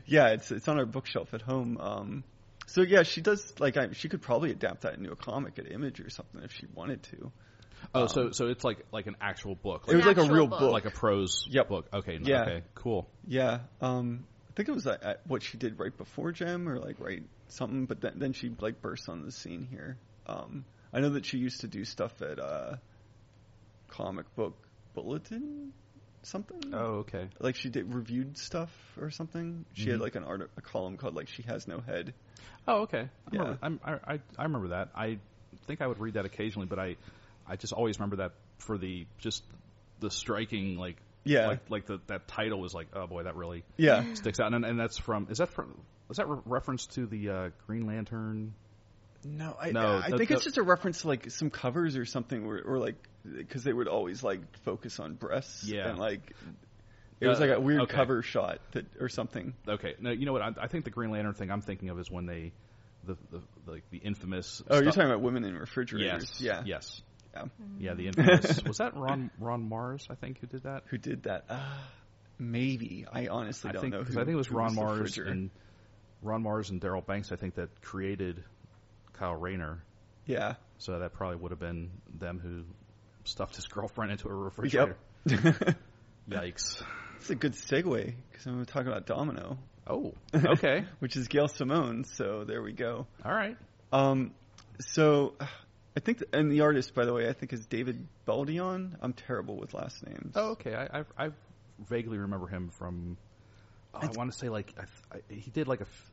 [SPEAKER 2] yeah, it's it's on our bookshelf at home. Um, so yeah, she does like I, she could probably adapt that into a comic at Image or something if she wanted to.
[SPEAKER 3] Oh, so so it's like like an actual book,
[SPEAKER 2] it
[SPEAKER 3] like,
[SPEAKER 2] was like a
[SPEAKER 4] actual
[SPEAKER 2] real
[SPEAKER 4] book.
[SPEAKER 2] book.
[SPEAKER 3] like a prose
[SPEAKER 2] Yep.
[SPEAKER 3] book. Okay, no,
[SPEAKER 2] Yeah.
[SPEAKER 3] okay, cool.
[SPEAKER 2] yeah, um, I think it was uh, uh, what she did right before Gem or like right something, but then then she like bursts on the scene here. Um, I know that she used to do stuff at uh, comic book bulletin something.
[SPEAKER 3] Oh, Mm-hmm. okay.
[SPEAKER 2] like she did reviewed stuff or something. She had like an art a column called like she has no head.
[SPEAKER 3] Oh, okay. I
[SPEAKER 2] Yeah.
[SPEAKER 3] remember, I'm, I, I I remember that. I think I would read that occasionally, but I I just always remember that for the just the striking like
[SPEAKER 2] Yeah.
[SPEAKER 3] like, like the that title was like oh boy that really
[SPEAKER 2] Yeah,
[SPEAKER 3] sticks out and and that's from is that from is that re- reference to the uh, Green Lantern?
[SPEAKER 2] no, I
[SPEAKER 3] No,
[SPEAKER 2] I
[SPEAKER 3] the-
[SPEAKER 2] think
[SPEAKER 3] the-
[SPEAKER 2] it's just a reference to like some covers or something, or, or like because they would always like focus on breasts.
[SPEAKER 3] Yeah.
[SPEAKER 2] and like it was
[SPEAKER 3] Uh,
[SPEAKER 2] like a weird
[SPEAKER 3] okay.
[SPEAKER 2] cover shot that or something.
[SPEAKER 3] Okay, no, you know what? I, I think the Green Lantern thing I'm thinking of is when they the the, like the infamous.
[SPEAKER 2] Oh, you're
[SPEAKER 3] stuff-
[SPEAKER 2] talking about women in refrigerators?
[SPEAKER 3] Yes.
[SPEAKER 2] Yeah,
[SPEAKER 3] Yes.
[SPEAKER 2] Yeah.
[SPEAKER 3] Yeah, the infamous. was that Ron Ron Mars? I think who did that.
[SPEAKER 2] Who did that? Uh, maybe I honestly
[SPEAKER 3] I
[SPEAKER 2] don't
[SPEAKER 3] think
[SPEAKER 2] know.
[SPEAKER 3] 'cause
[SPEAKER 2] Who,
[SPEAKER 3] I think it was
[SPEAKER 2] who
[SPEAKER 3] Ron
[SPEAKER 2] the
[SPEAKER 3] Mars
[SPEAKER 2] refrigerator.
[SPEAKER 3] and Ron Mars and Daryl Banks. I think that created Kyle Rayner.
[SPEAKER 2] yeah,
[SPEAKER 3] So that probably would have been them who stuffed his girlfriend into a refrigerator.
[SPEAKER 2] yep. it's
[SPEAKER 3] Yikes.
[SPEAKER 2] a good segue because I'm going to talk about Domino,
[SPEAKER 3] Oh. Okay.
[SPEAKER 2] which is Gail Simone. So there we go.
[SPEAKER 3] All right.
[SPEAKER 2] Um, so I think, th- and the artist, by the way, I think is David Baldion. I'm terrible with last names.
[SPEAKER 3] Oh, okay. I, I, I vaguely remember him from. oh, I
[SPEAKER 2] It's-
[SPEAKER 3] want to say like I, I, he did like a. f-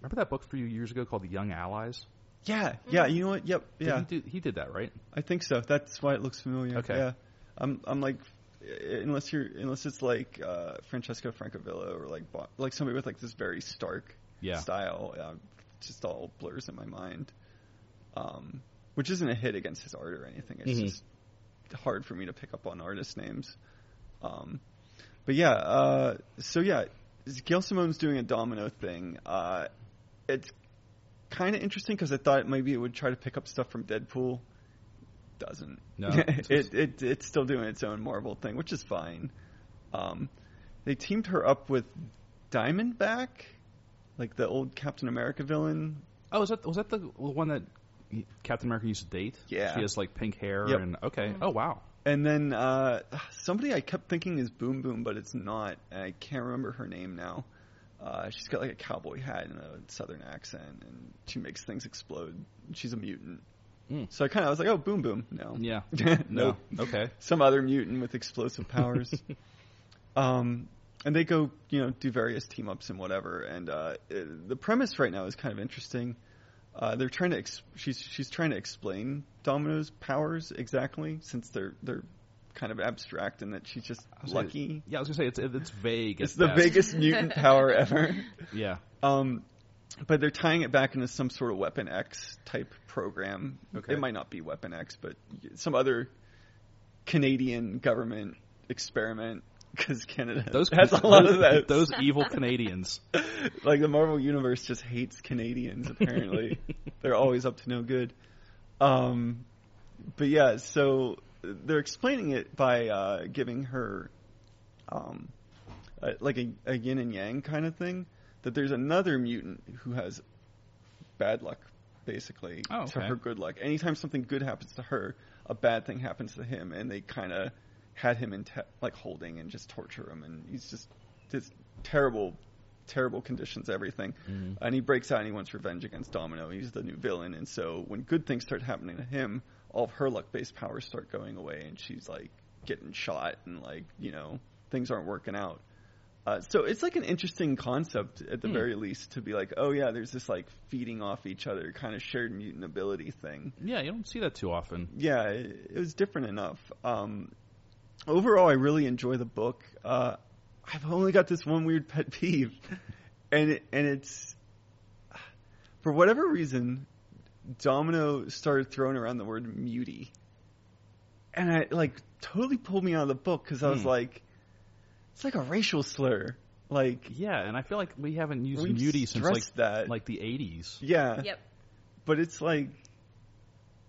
[SPEAKER 3] Remember that book a few years ago called The Young Allies?
[SPEAKER 2] yeah, yeah. You know what? Yep,
[SPEAKER 3] Did
[SPEAKER 2] yeah.
[SPEAKER 3] He, do, he did that, right?
[SPEAKER 2] I think so. That's why it looks familiar.
[SPEAKER 3] Okay.
[SPEAKER 2] Yeah. I'm, I'm like, uh, unless you're, unless it's like uh, Francesco Francavilla or like, Bo- like somebody with like this very stark
[SPEAKER 3] Yeah.
[SPEAKER 2] style, uh, just all blurs in my mind. Um, which isn't a hit against his art or anything. It's
[SPEAKER 3] Mhm.
[SPEAKER 2] just hard for me to pick up on artist names. Um, but yeah, uh, so yeah, Gail Simone's doing a domino thing. Uh, it's kind of interesting because I thought maybe it would try to pick up stuff from Deadpool. Doesn't.
[SPEAKER 3] No.
[SPEAKER 2] it, it it's still doing its own Marvel thing, which is fine. Um, they teamed her up with Diamondback, like the old Captain America villain.
[SPEAKER 3] Oh, was that was that the one that he- Captain America used to date?
[SPEAKER 2] Yeah.
[SPEAKER 3] she has like pink hair
[SPEAKER 2] Yep.
[SPEAKER 3] and okay. Oh wow,
[SPEAKER 2] And then uh, somebody I kept thinking is Boom Boom, but it's not. And I can't remember her name now. Uh, she's got like a cowboy hat and a southern accent, and she makes things explode. She's a mutant.
[SPEAKER 3] Mm.
[SPEAKER 2] So I kind of was like, oh, Boom Boom. No.
[SPEAKER 3] yeah,
[SPEAKER 2] Nope.
[SPEAKER 3] okay,
[SPEAKER 2] some other mutant with explosive powers. um, and they go, you know, do various team ups and whatever. And uh, it- the premise right now is kind of interesting. Uh, they're trying to ex- she's she's trying to explain Domino's powers exactly since they're they're kind of abstract and that she's just
[SPEAKER 3] I was gonna-
[SPEAKER 2] lucky.
[SPEAKER 3] yeah, I was gonna say it's it's vague.
[SPEAKER 2] It's
[SPEAKER 3] at
[SPEAKER 2] the
[SPEAKER 3] best.
[SPEAKER 2] biggest mutant power ever.
[SPEAKER 3] Yeah,
[SPEAKER 2] Um, but they're tying it back into some sort of Weapon X type program.
[SPEAKER 3] Okay.
[SPEAKER 2] It might not be Weapon X, but some other Canadian government experiment because Canada
[SPEAKER 3] those
[SPEAKER 2] has a lot
[SPEAKER 3] those,
[SPEAKER 2] of that.
[SPEAKER 3] those evil Canadians.
[SPEAKER 2] like the Marvel universe just hates Canadians. Apparently, they're always up to no good. Um, but yeah, so they're explaining it by uh, giving her um, uh, like a, a yin and yang kind of thing. That there's another mutant who has bad luck, basically,
[SPEAKER 3] Oh,
[SPEAKER 2] to
[SPEAKER 3] okay.
[SPEAKER 2] her good luck. Anytime something good happens to her, a bad thing happens to him, and they kind of had him in te- like holding and just torture him, and he's just this terrible, terrible conditions, everything.
[SPEAKER 3] Mm-hmm.
[SPEAKER 2] And he breaks out and he wants revenge against Domino. He's the new villain, and so when good things start happening to him, all of her luck-based powers start going away, and she's like getting shot, and like you know things aren't working out. Uh, so it's like an interesting concept at the very least to be like, oh yeah, there's this like feeding off each other kind of shared mutant ability thing.
[SPEAKER 3] Yeah, you don't see that too often.
[SPEAKER 2] Yeah, it, it was different enough. Um, overall, I really enjoy the book. Uh, I've only got this one weird pet peeve, and it, and it's for whatever reason, Domino started throwing around the word mutie, and I like totally pulled me out of the book because I was
[SPEAKER 3] Hmm.
[SPEAKER 2] like, it's like a racial slur. Like
[SPEAKER 3] Yeah, and I feel like we haven't used
[SPEAKER 2] We've
[SPEAKER 3] Muti since like
[SPEAKER 2] stressed that.
[SPEAKER 3] like the '80s.
[SPEAKER 2] yeah,
[SPEAKER 4] Yep.
[SPEAKER 2] but it's like,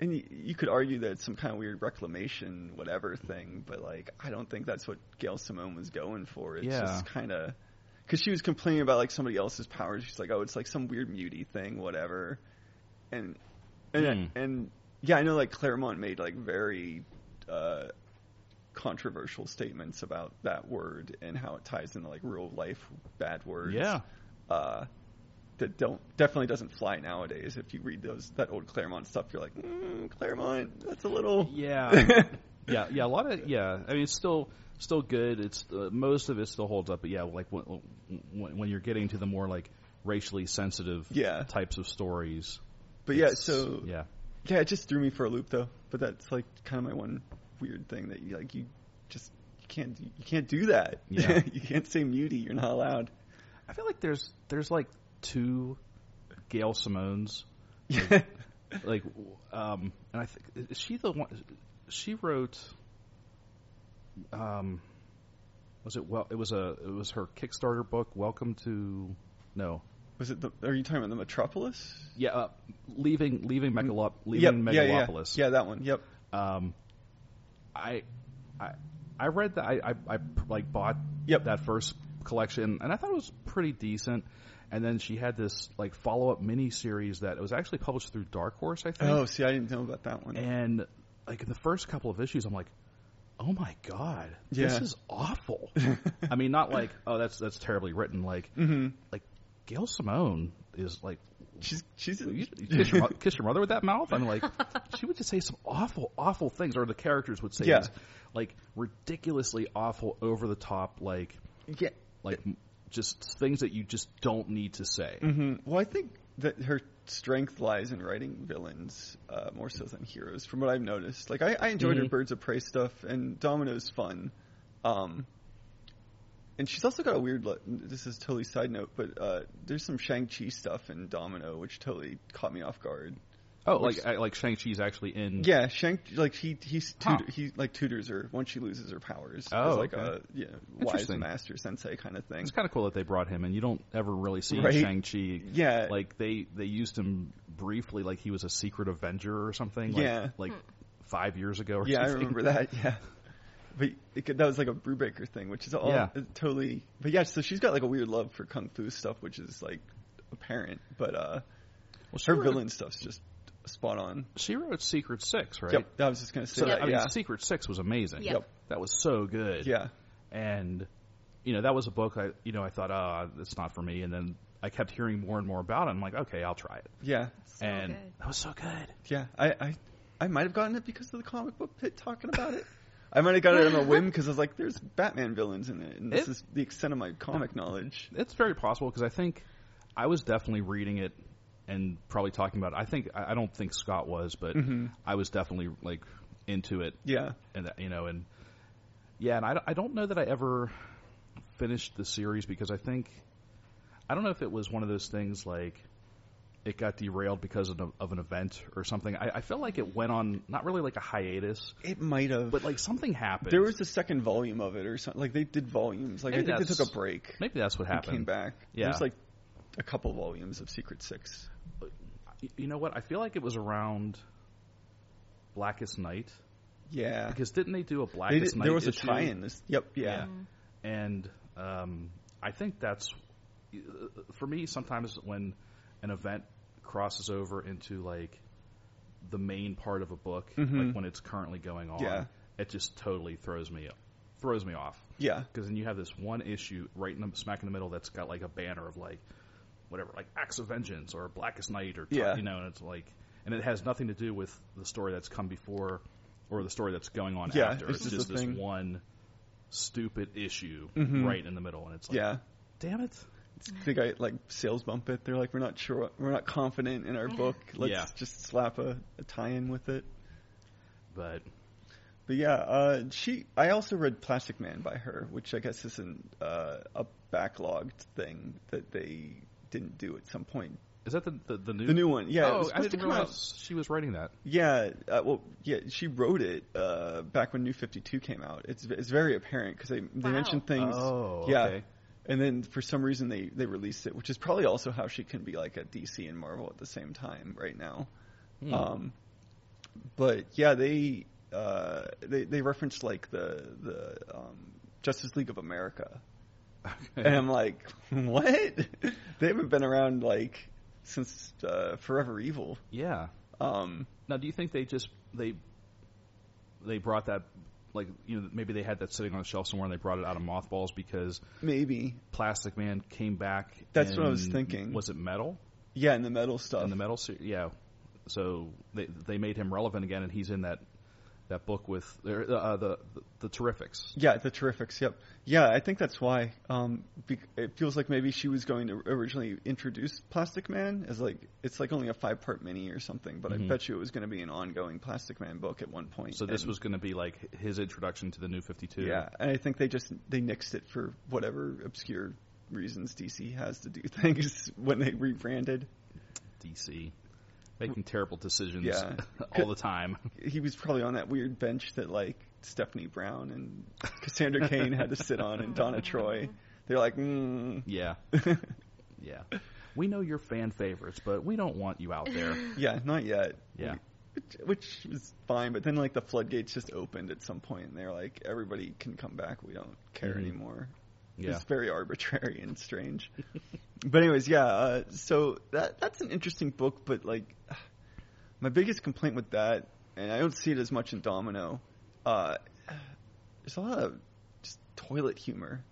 [SPEAKER 2] and you, you could argue that it's some kind of weird reclamation, whatever thing, but like, I don't think that's what Gail Simone was going for. It's
[SPEAKER 3] Yeah.
[SPEAKER 2] just kind of because she was complaining about like somebody else's powers. She's like, oh, it's like some weird muty thing, whatever, and and
[SPEAKER 3] Hmm.
[SPEAKER 2] and yeah, I know like Claremont made like very. uh controversial statements about that word and how it ties into like real life bad words
[SPEAKER 3] Yeah,
[SPEAKER 2] uh, that don't definitely doesn't fly nowadays. If you read those that old Claremont stuff, you're like, mm, Claremont, that's a little.
[SPEAKER 3] yeah, yeah, yeah. A lot of yeah. I mean, it's still still good. It's uh, most of it still holds up. But yeah, like when, when when you're getting to the more like racially sensitive
[SPEAKER 2] Yeah.
[SPEAKER 3] types of stories.
[SPEAKER 2] but yeah,
[SPEAKER 3] it's-
[SPEAKER 2] so yeah.
[SPEAKER 3] yeah,
[SPEAKER 2] it just threw me for a loop though. But that's like kind of my one weird thing that you like you just you can't you can't do that.
[SPEAKER 3] Yeah.
[SPEAKER 2] you can't say muty. You're not allowed.
[SPEAKER 3] I feel like there's there's like two Gail Simones. like um and i think is she the one she wrote um was it well it was a it was her kickstarter book welcome to no
[SPEAKER 2] Was it? The, are you talking about the Metropolis?
[SPEAKER 3] yeah uh, leaving leaving megalop
[SPEAKER 2] Mm, Yep,
[SPEAKER 3] leaving
[SPEAKER 2] yeah, yeah, yeah,
[SPEAKER 3] megalopolis
[SPEAKER 2] yeah, that one. Yep.
[SPEAKER 3] um i i i read that I, I i like bought
[SPEAKER 2] Yep.
[SPEAKER 3] that first collection and i thought it was pretty decent and then she had this like follow-up mini series that it was actually published through dark horse i think
[SPEAKER 2] Oh, see, I didn't know about that one.
[SPEAKER 3] and like in the first couple of issues, I'm like, oh my god, this
[SPEAKER 2] Yeah.
[SPEAKER 3] is awful. I mean, not like oh that's that's terribly written. Like
[SPEAKER 2] hmm
[SPEAKER 3] like Gail Simone is like
[SPEAKER 2] She's she's
[SPEAKER 3] you, you kiss, your, mo- kiss your mother with that mouth. I'm like, she would just say some awful, awful things, or the characters would say
[SPEAKER 2] Yeah.
[SPEAKER 3] these, like ridiculously awful, over the top, like
[SPEAKER 2] yeah.
[SPEAKER 3] like m- just things that you just don't need to say.
[SPEAKER 2] hmm Well, I think that her strength lies in writing villains uh, more so than heroes, from what I've noticed. Like I, I enjoyed her
[SPEAKER 3] Mhm.
[SPEAKER 2] Birds of Prey stuff, and Domino's fun. Um, and she's also got a weird. Look. This is totally side note, but uh, there's some Shang Chi stuff in Domino, which totally caught me off guard.
[SPEAKER 3] Oh, like I, like Shang Chi's actually in.
[SPEAKER 2] Yeah, Shang like he he's
[SPEAKER 3] Mm. Huh.
[SPEAKER 2] tutor, he like tutors her once she loses her powers.
[SPEAKER 3] Oh,
[SPEAKER 2] as, like
[SPEAKER 3] okay.
[SPEAKER 2] a you know, wise
[SPEAKER 3] Interesting.
[SPEAKER 2] master sensei kind of thing.
[SPEAKER 3] It's kind of cool that they brought him, and you don't ever really see
[SPEAKER 2] Right?
[SPEAKER 3] Shang Chi
[SPEAKER 2] Yeah,
[SPEAKER 3] like they they used him briefly like he was a secret avenger or something like,
[SPEAKER 2] Yeah.
[SPEAKER 3] like five years ago or
[SPEAKER 2] yeah, I
[SPEAKER 3] something
[SPEAKER 2] remember that. Yeah, but it, could- that was like a Brubaker thing, which is all
[SPEAKER 3] Yeah.
[SPEAKER 2] it totally. But yeah, so she's got like a weird love for kung fu stuff, which is like apparent. But uh,
[SPEAKER 3] well, she
[SPEAKER 2] her
[SPEAKER 3] wrote,
[SPEAKER 2] villain stuff's just spot on.
[SPEAKER 3] she wrote secret six right
[SPEAKER 2] Yep, I was just gonna say
[SPEAKER 3] so
[SPEAKER 2] that.
[SPEAKER 3] i mean
[SPEAKER 2] yeah,
[SPEAKER 3] secret six was amazing
[SPEAKER 4] Yep. Yep.
[SPEAKER 3] that was so good
[SPEAKER 2] yeah,
[SPEAKER 3] and you know that was a book i you know i thought ah it's not for me and then i kept hearing more and more about it i'm like okay i'll try it
[SPEAKER 2] yeah,
[SPEAKER 4] So
[SPEAKER 3] and
[SPEAKER 4] good.
[SPEAKER 3] that was so good
[SPEAKER 2] yeah. I, I, I might have gotten it because of the comic book pit talking about it. I might have got it on a whim because I was like, "There's Batman villains in it," and this
[SPEAKER 3] It-
[SPEAKER 2] is the extent of my comic knowledge.
[SPEAKER 3] it's very possible because I think I was definitely reading it and probably talking about. It. I think I I don't think Scott was, but
[SPEAKER 2] Mm-hmm.
[SPEAKER 3] I was definitely like into it,
[SPEAKER 2] Yeah,
[SPEAKER 3] and that- you know, and yeah, and I, don't- I don't know that I ever finished the series because I think I don't know if it was one of those things like it got derailed because of, an- of an event or something. I, I feel like it went on not really like a hiatus,
[SPEAKER 2] it might have.
[SPEAKER 3] but like something happened.
[SPEAKER 2] there was a second volume of it or something. Like they did volumes. Like
[SPEAKER 3] Maybe
[SPEAKER 2] I think they
[SPEAKER 3] that's-
[SPEAKER 2] took a break.
[SPEAKER 3] maybe that's what
[SPEAKER 2] and
[SPEAKER 3] happened.
[SPEAKER 2] came back.
[SPEAKER 3] Yeah.
[SPEAKER 2] There's like a couple volumes of Secret Six.
[SPEAKER 3] Y- You know what? I feel like it was around Blackest Night
[SPEAKER 2] Yeah.
[SPEAKER 3] because didn't they do a
[SPEAKER 2] They
[SPEAKER 3] Blackest
[SPEAKER 2] did,
[SPEAKER 3] Night?
[SPEAKER 2] there was
[SPEAKER 3] issue?
[SPEAKER 2] a tie in this. Yep. Yeah.
[SPEAKER 3] and um, I think that's uh, for me. Sometimes when an event crosses over into like the main part of a book,
[SPEAKER 2] Mhm.
[SPEAKER 3] like when it's currently going on,
[SPEAKER 2] Yeah.
[SPEAKER 3] it just totally throws me throws me off
[SPEAKER 2] Yeah.
[SPEAKER 3] because then you have this one issue right in the smack in the middle that's got like a banner of like whatever like acts of vengeance or blackest night or
[SPEAKER 2] Yeah.
[SPEAKER 3] you know and it's like and it has nothing to do with the story that's come before or the story that's going on
[SPEAKER 2] Yeah,
[SPEAKER 3] after
[SPEAKER 2] it's just
[SPEAKER 3] just
[SPEAKER 2] a
[SPEAKER 3] this
[SPEAKER 2] thing.
[SPEAKER 3] one stupid issue
[SPEAKER 2] Mhm.
[SPEAKER 3] right in the middle and it's like
[SPEAKER 2] Yeah.
[SPEAKER 3] damn it
[SPEAKER 2] I think I like sales bump it. They're like, we're not sure, we're not confident in our book. Let's
[SPEAKER 3] Yeah.
[SPEAKER 2] just slap a, a tie in with it.
[SPEAKER 3] but
[SPEAKER 2] But yeah, uh, she. I also read Plastic Man by her, which I guess isn't uh, a backlogged thing that they didn't do at some point.
[SPEAKER 3] is that the the, the new
[SPEAKER 2] The new one, yeah, it
[SPEAKER 3] oh
[SPEAKER 2] was
[SPEAKER 3] I
[SPEAKER 2] supposed to
[SPEAKER 3] didn't
[SPEAKER 2] come out
[SPEAKER 3] realize she was writing that
[SPEAKER 2] Yeah, uh, well, yeah, she wrote it uh, back when New Fifty Two came out. It's it's very apparent because they they
[SPEAKER 4] Wow.
[SPEAKER 2] mentioned things.
[SPEAKER 3] oh
[SPEAKER 2] yeah,
[SPEAKER 3] okay.
[SPEAKER 2] and then for some reason they they released it, which is probably also how she can be like at DC and Marvel at the same time right now.
[SPEAKER 3] Hmm.
[SPEAKER 2] Um, but yeah, they uh, they they referenced like the the um, Justice League of America, and I'm like, what? they haven't been around like since uh, Forever Evil.
[SPEAKER 3] yeah.
[SPEAKER 2] Um,
[SPEAKER 3] Now, do you think they just they they brought that like you know maybe they had that sitting on a shelf somewhere and they brought it out of mothballs because
[SPEAKER 2] maybe
[SPEAKER 3] Plastic Man came back.
[SPEAKER 2] That's what I was
[SPEAKER 3] in-
[SPEAKER 2] thinking.
[SPEAKER 3] Was it metal
[SPEAKER 2] yeah, in the metal stuff.
[SPEAKER 3] in the metal series? Yeah. So they they made him relevant again, and he's in that that book with there, uh, the, the the Terrifics.
[SPEAKER 2] Yeah, the Terrifics. Yep. Yeah, I think that's why. Um, be- it feels like maybe she was going to originally introduce Plastic Man as like it's like only a five part mini or something, but I
[SPEAKER 3] Mhm.
[SPEAKER 2] bet you it was going to be an ongoing Plastic Man book at one point.
[SPEAKER 3] So this
[SPEAKER 2] And-
[SPEAKER 3] was going to be like his introduction to the New Fifty Two.
[SPEAKER 2] yeah, and I think they just they nixed it for whatever obscure reasons DC has to do things when they rebranded.
[SPEAKER 3] DC. Making terrible decisions
[SPEAKER 2] Yeah.
[SPEAKER 3] all the time.
[SPEAKER 2] He was probably on that weird bench that like Stephanie Brown and Cassandra Cain had to sit on, and Donna Troy. They're like, mm.
[SPEAKER 3] Yeah, yeah. We know you're fan favorites, but we don't want you out there.
[SPEAKER 2] yeah, not yet.
[SPEAKER 3] Yeah.
[SPEAKER 2] which, which is fine. But then like the floodgates just opened at some point, and they're like, everybody can come back. We don't care
[SPEAKER 3] Mhm.
[SPEAKER 2] anymore.
[SPEAKER 3] Yeah.
[SPEAKER 2] It's very arbitrary and strange. but anyways, yeah. Uh, so that that's an interesting book, but like my biggest complaint with that, and I don't see it as much in Domino. Uh, there's a lot of just toilet humor,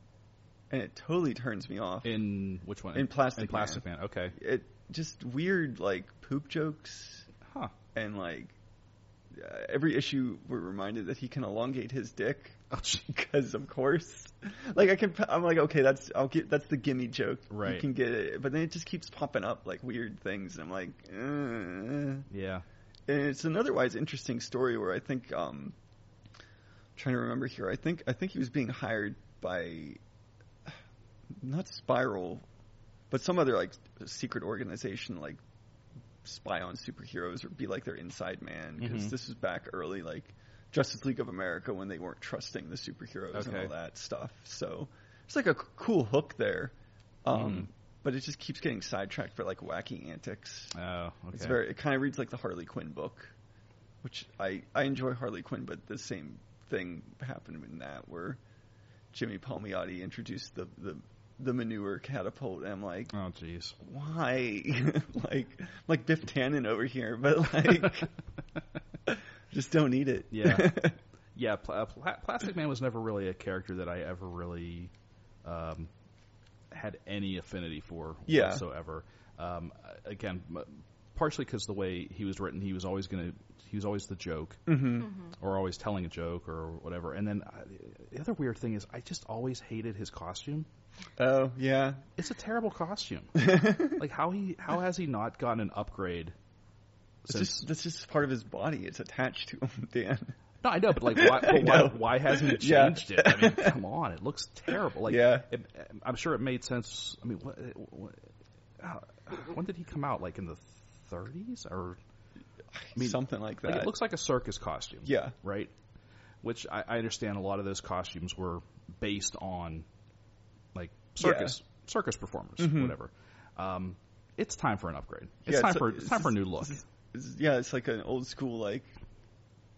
[SPEAKER 2] and it totally turns me off.
[SPEAKER 3] In which one?
[SPEAKER 2] In Plastic
[SPEAKER 3] In Plastic Man. Okay.
[SPEAKER 2] it just weird like poop jokes
[SPEAKER 3] Huh.
[SPEAKER 2] and like uh, every issue we're reminded that he can elongate his dick because of course like i can i'm like okay that's i'll get that's the gimme joke you
[SPEAKER 3] Right.
[SPEAKER 2] can get it but then it just keeps popping up like weird things and i'm like eh.
[SPEAKER 3] Yeah.
[SPEAKER 2] and it's an otherwise interesting story where i think um trying to remember here i think i think he was being hired by not spiral but some other like secret organization like spy on superheroes or be like their inside man because
[SPEAKER 3] Mhm.
[SPEAKER 2] this was back early like Justice League of America when they weren't trusting the superheroes and
[SPEAKER 3] Okay.
[SPEAKER 2] all that stuff. So it's like a c- cool hook there, um, but it just keeps getting sidetracked for like wacky antics.
[SPEAKER 3] Oh. Okay.
[SPEAKER 2] It's very it kind of reads like the Harley Quinn book, which I I enjoy Harley Quinn, but the same thing happened in that where Jimmy Palmiotti introduced the the the manure catapult, and I'm like,
[SPEAKER 3] Oh jeez.
[SPEAKER 2] why? like like Biff Tannen over here, but like just don't need it.
[SPEAKER 3] Yeah. Yeah. Pla- uh, Pla- Plastic Man was never really a character that I ever really um, had any affinity for
[SPEAKER 2] Yeah.
[SPEAKER 3] whatsoever. Um, again, m- partially because the way he was written, he was always going to. He was always the joke.
[SPEAKER 2] hmm
[SPEAKER 3] or always telling a joke or whatever. And then uh, the other weird thing is, I just always hated his costume.
[SPEAKER 2] Oh yeah.
[SPEAKER 3] It's a terrible costume. like how he how has he not gotten an upgrade?
[SPEAKER 2] It's
[SPEAKER 3] Since,
[SPEAKER 2] just that's just part of his body. It's attached to him, Dan.
[SPEAKER 3] no, I know, but like why
[SPEAKER 2] I
[SPEAKER 3] but why,
[SPEAKER 2] know.
[SPEAKER 3] why hasn't he
[SPEAKER 2] Yeah.
[SPEAKER 3] changed it? I mean, come on, it looks terrible. Like
[SPEAKER 2] Yeah.
[SPEAKER 3] it, I'm sure it made sense. I mean, what, what, uh, when did he come out? Like in the 30s or mean,
[SPEAKER 2] Something like that.
[SPEAKER 3] like, it looks like a circus costume.
[SPEAKER 2] yeah.
[SPEAKER 3] right? Which I, I understand a lot of those costumes were based on like circus circus performers,
[SPEAKER 2] Mhm.
[SPEAKER 3] whatever. Um, it's time for an upgrade. It's
[SPEAKER 2] Yeah,
[SPEAKER 3] time
[SPEAKER 2] it's-
[SPEAKER 3] for it's time for a new look.
[SPEAKER 2] It's- yeah, it's like an old school like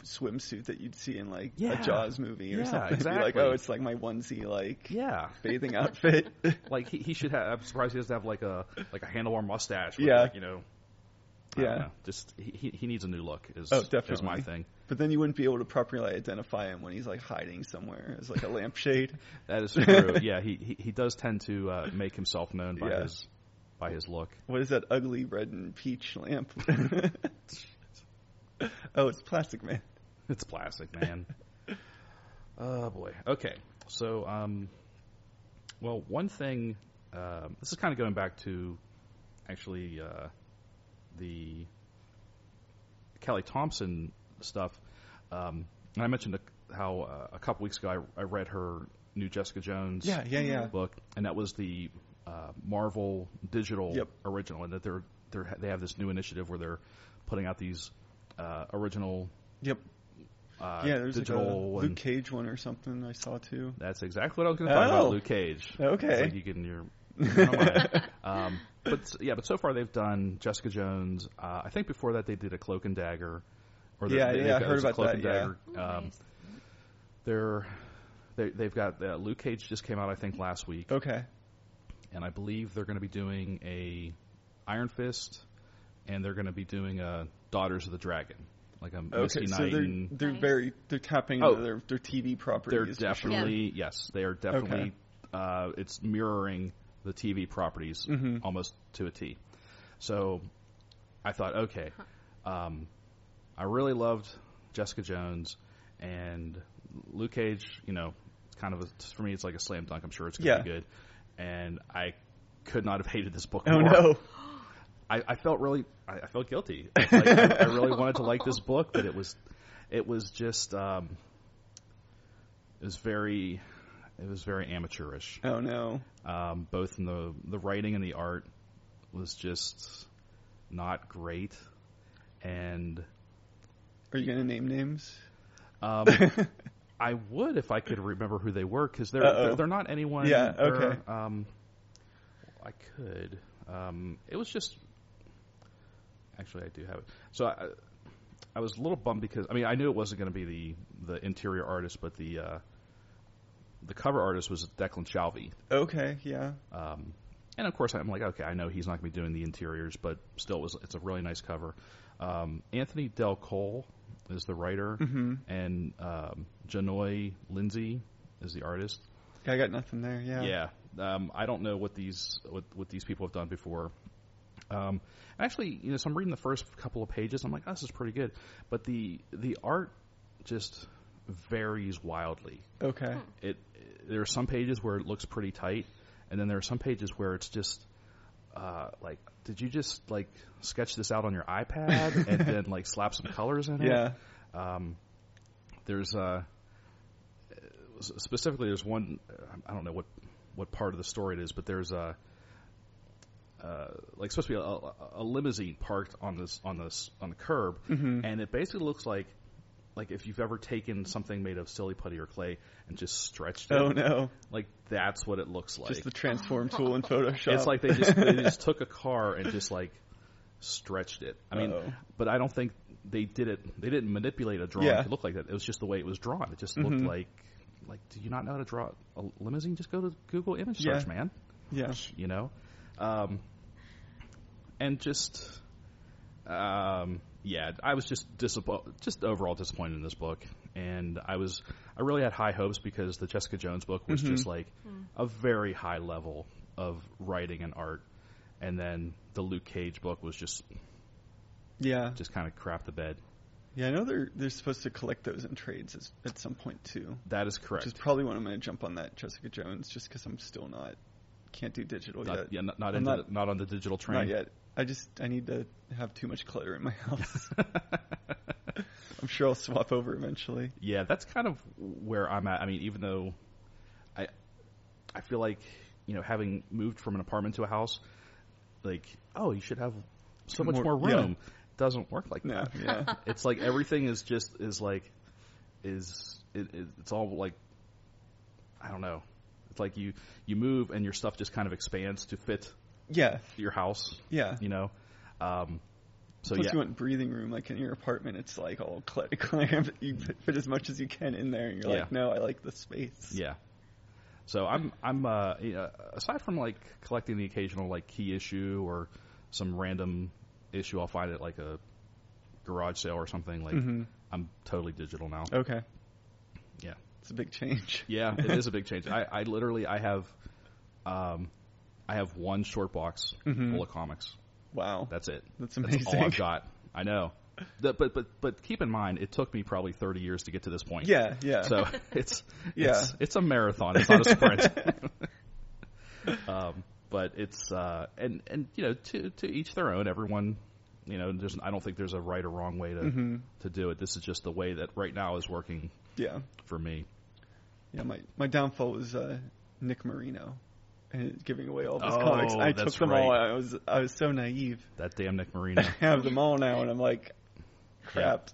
[SPEAKER 2] swimsuit that you'd see in like
[SPEAKER 3] Yeah.
[SPEAKER 2] a Jaws movie or
[SPEAKER 3] Yeah,
[SPEAKER 2] something. It'd be Like,
[SPEAKER 3] exactly.
[SPEAKER 2] oh, it's like my onesie like
[SPEAKER 3] Yeah,
[SPEAKER 2] bathing outfit.
[SPEAKER 3] like he, he should have. I'm surprised he doesn't have like a like a handlebar mustache. With
[SPEAKER 2] Yeah.
[SPEAKER 3] like, you know. I don't
[SPEAKER 2] Yeah.
[SPEAKER 3] know. just he, he- he needs a new look. Is
[SPEAKER 2] Oh,
[SPEAKER 3] is my
[SPEAKER 2] definitely.
[SPEAKER 3] thing.
[SPEAKER 2] but then you wouldn't be able to properly identify him when he's like hiding somewhere as like a lampshade.
[SPEAKER 3] That is true. yeah, he, he he does tend to uh, make himself known by
[SPEAKER 2] Yeah.
[SPEAKER 3] his by his look.
[SPEAKER 2] What is that ugly red and peach lamp? oh, it's Plastic Man.
[SPEAKER 3] It's plastic, man. oh boy. Okay. So, um, well, one thing. Um, this is kind of going back to actually uh, the Kelly Thompson stuff. Um, and I mentioned a, how uh, a couple weeks ago I, I read her new Jessica Jones
[SPEAKER 2] Yeah, yeah, yeah.
[SPEAKER 3] book, and that was the uh, Marvel Digital
[SPEAKER 2] Yep.
[SPEAKER 3] original, and that they're they're they have this new initiative where they're putting out these uh, original
[SPEAKER 2] Yep.
[SPEAKER 3] uh,
[SPEAKER 2] yeah, there's like a
[SPEAKER 3] digital
[SPEAKER 2] Luke
[SPEAKER 3] and
[SPEAKER 2] Cage one or something I saw too.
[SPEAKER 3] That's exactly what I was going to talk
[SPEAKER 2] Oh.
[SPEAKER 3] about. Luke Cage.
[SPEAKER 2] Okay.
[SPEAKER 3] It's like you get in your. never mind. um, but s- yeah, but so far they've done Jessica Jones. Uh, I think before that they did a Cloak and Dagger. Or they-
[SPEAKER 2] Yeah,
[SPEAKER 3] they,
[SPEAKER 2] yeah,
[SPEAKER 3] they've
[SPEAKER 2] I
[SPEAKER 3] got-
[SPEAKER 2] heard
[SPEAKER 3] it's a
[SPEAKER 2] about
[SPEAKER 3] Cloak
[SPEAKER 2] that,
[SPEAKER 3] and
[SPEAKER 2] yeah.
[SPEAKER 3] Dagger.
[SPEAKER 4] Ooh,
[SPEAKER 3] Um,
[SPEAKER 4] Oh, nice.
[SPEAKER 3] they're they, they've got uh, Luke Cage just came out I think last week,
[SPEAKER 2] Okay.
[SPEAKER 3] and I believe they're going to be doing a Iron Fist, and they're going to be doing a Daughters of the Dragon, like a Misty
[SPEAKER 2] Okay. So
[SPEAKER 3] Knight.
[SPEAKER 2] they're
[SPEAKER 3] and-
[SPEAKER 2] they're
[SPEAKER 4] Nice.
[SPEAKER 2] very they're tapping
[SPEAKER 3] Oh.
[SPEAKER 2] into their their TV
[SPEAKER 3] they're
[SPEAKER 2] properties. for sure.
[SPEAKER 3] definitely yes, they are definitely. Uh, it's mirroring the TV properties
[SPEAKER 2] Mhm.
[SPEAKER 3] almost to a T. So I thought, okay, um, I really loved Jessica Jones and Luke Cage. You know, it's kind of a, for me, it's like a slam dunk. I'm sure it's going to
[SPEAKER 2] Yeah.
[SPEAKER 3] be good, and I could not have hated this book.
[SPEAKER 2] Oh
[SPEAKER 3] more.
[SPEAKER 2] no.
[SPEAKER 3] I, I felt really, I, I felt guilty. Like, I, I really wanted to like this book, but it was, it was just, um, it was very, it was very amateurish.
[SPEAKER 2] Oh no.
[SPEAKER 3] Um, both in the the writing and the art was just not great, and
[SPEAKER 2] Are you gonna name names?
[SPEAKER 3] um, I would if I could remember who they were because they're,
[SPEAKER 2] Uh-oh.
[SPEAKER 3] they're they're not anyone.
[SPEAKER 2] Yeah,
[SPEAKER 3] they're,
[SPEAKER 2] okay.
[SPEAKER 3] Um, I could. Um, it was just. Actually, I do have it. So I, I was a little bummed because I mean I knew it wasn't going to be the the interior artist, but the uh, the cover artist was Declan Shalvey.
[SPEAKER 2] Okay. Yeah.
[SPEAKER 3] Um, and of course, I'm like, okay, I know he's not going to be doing the interiors, but still, it was, it's a really nice cover. Um, Anthony Del Cole is the writer,
[SPEAKER 2] Mhm.
[SPEAKER 3] and um, Janoy Lindsay is the artist.
[SPEAKER 2] Yeah, I got nothing there. Yeah.
[SPEAKER 3] Yeah, um, I don't know what these what, what these people have done before. Um, actually, you know, so I'm reading the first couple of pages. I'm like, oh, this is pretty good, but the the art just varies wildly
[SPEAKER 2] Okay.
[SPEAKER 3] it there are some pages where it looks pretty tight and then there are some pages where it's just uh, like did you just like sketch this out on your iPad and then like slap some colors in it?
[SPEAKER 2] Yeah.
[SPEAKER 3] Um, there's uh, specifically there's one I don't know what what part of the story it is, but there's a uh, like supposed to be a, a, a limousine parked on this on this on the curb,
[SPEAKER 2] Mm-hmm.
[SPEAKER 3] and it basically looks like like if you've ever taken something made of silly putty or clay and just stretched it,
[SPEAKER 2] Oh no.
[SPEAKER 3] like that's what it looks like.
[SPEAKER 2] Just the transform tool in Photoshop.
[SPEAKER 3] It's like they just they just took a car and just like stretched it. I mean,
[SPEAKER 2] Uh-oh.
[SPEAKER 3] but I don't think they did it. They didn't manipulate a drawing
[SPEAKER 2] Yeah. Mm-hmm.
[SPEAKER 3] to look like that. It was just the way it was drawn. It just looked like like do you not know how to draw a limousine? Just go to Google image search,
[SPEAKER 2] Yeah.
[SPEAKER 3] man.
[SPEAKER 2] yeah.
[SPEAKER 3] You know, um, and just um, yeah, I was just disappointed, just overall disappointed in this book, and I was I really had high hopes because the Jessica Jones book was just like a very high level of writing and art, and then the Luke Cage book was just
[SPEAKER 2] Yeah.
[SPEAKER 3] just kind of crap the bed.
[SPEAKER 2] Yeah. I know they're they're supposed to collect those in trades as, at some point too.
[SPEAKER 3] That is correct.
[SPEAKER 2] Which is probably when I'm going to jump on that Jessica Jones, just because I'm still not can't do digital
[SPEAKER 3] not,
[SPEAKER 2] yet.
[SPEAKER 3] yeah, not not,
[SPEAKER 2] I'm
[SPEAKER 3] into
[SPEAKER 2] not-
[SPEAKER 3] the- not on the digital train.
[SPEAKER 2] Not yet. I just I need to have too much clutter in my house. I'm sure I'll swap over eventually.
[SPEAKER 3] Yeah, that's kind of where I'm at. I mean, even though I I feel like, you know, having moved from an apartment to a house, like, oh, you should have so much
[SPEAKER 2] More-
[SPEAKER 3] more,
[SPEAKER 2] yeah.
[SPEAKER 3] room. Doesn't work like
[SPEAKER 2] No,
[SPEAKER 3] that.
[SPEAKER 2] yeah,
[SPEAKER 3] It's like everything is just is like is it, it, it's all like I don't know. It's like you you move and your stuff just kind of expands to fit
[SPEAKER 2] yeah,
[SPEAKER 3] your house,
[SPEAKER 2] yeah.
[SPEAKER 3] you know. Um so
[SPEAKER 2] Plus,
[SPEAKER 3] yeah.
[SPEAKER 2] you want breathing room, like in your apartment. It's like all clutter. but you put as much as you can in there, and you're like,
[SPEAKER 3] Yeah.
[SPEAKER 2] no, I like the space.
[SPEAKER 3] Yeah. So I'm I'm uh, you know, aside from like collecting the occasional like key issue or some random issue I'll find at like a garage sale or something like
[SPEAKER 2] Mhm.
[SPEAKER 3] I'm totally digital now.
[SPEAKER 2] Okay.
[SPEAKER 3] Yeah.
[SPEAKER 2] It's a big change.
[SPEAKER 3] Yeah, it is a big change. I, I literally I have um I have one short box
[SPEAKER 2] Mhm.
[SPEAKER 3] full of comics.
[SPEAKER 2] Wow.
[SPEAKER 3] That's it.
[SPEAKER 2] That's
[SPEAKER 3] That's all
[SPEAKER 2] amazing.
[SPEAKER 3] I've got. I know. The- but but but keep in mind it took me probably 30 years to get to this point.
[SPEAKER 2] Yeah, yeah.
[SPEAKER 3] So it's
[SPEAKER 2] Yeah.
[SPEAKER 3] it's, it's a marathon. It's not a sprint. um, but it's uh, and and you know to to each their own. Everyone, you know, there's I don't think there's a right or wrong way to
[SPEAKER 2] Mhm.
[SPEAKER 3] to do it. This is just the way that right now is working
[SPEAKER 2] yeah,
[SPEAKER 3] for me.
[SPEAKER 2] yeah. My my downfall was uh, Nick Marino and giving away all those
[SPEAKER 3] Oh,
[SPEAKER 2] comics. I took
[SPEAKER 3] that's
[SPEAKER 2] them all.
[SPEAKER 3] right.
[SPEAKER 2] I was I was so naive.
[SPEAKER 3] That damn Nick Marino.
[SPEAKER 2] I have them all now, and I'm like, crap.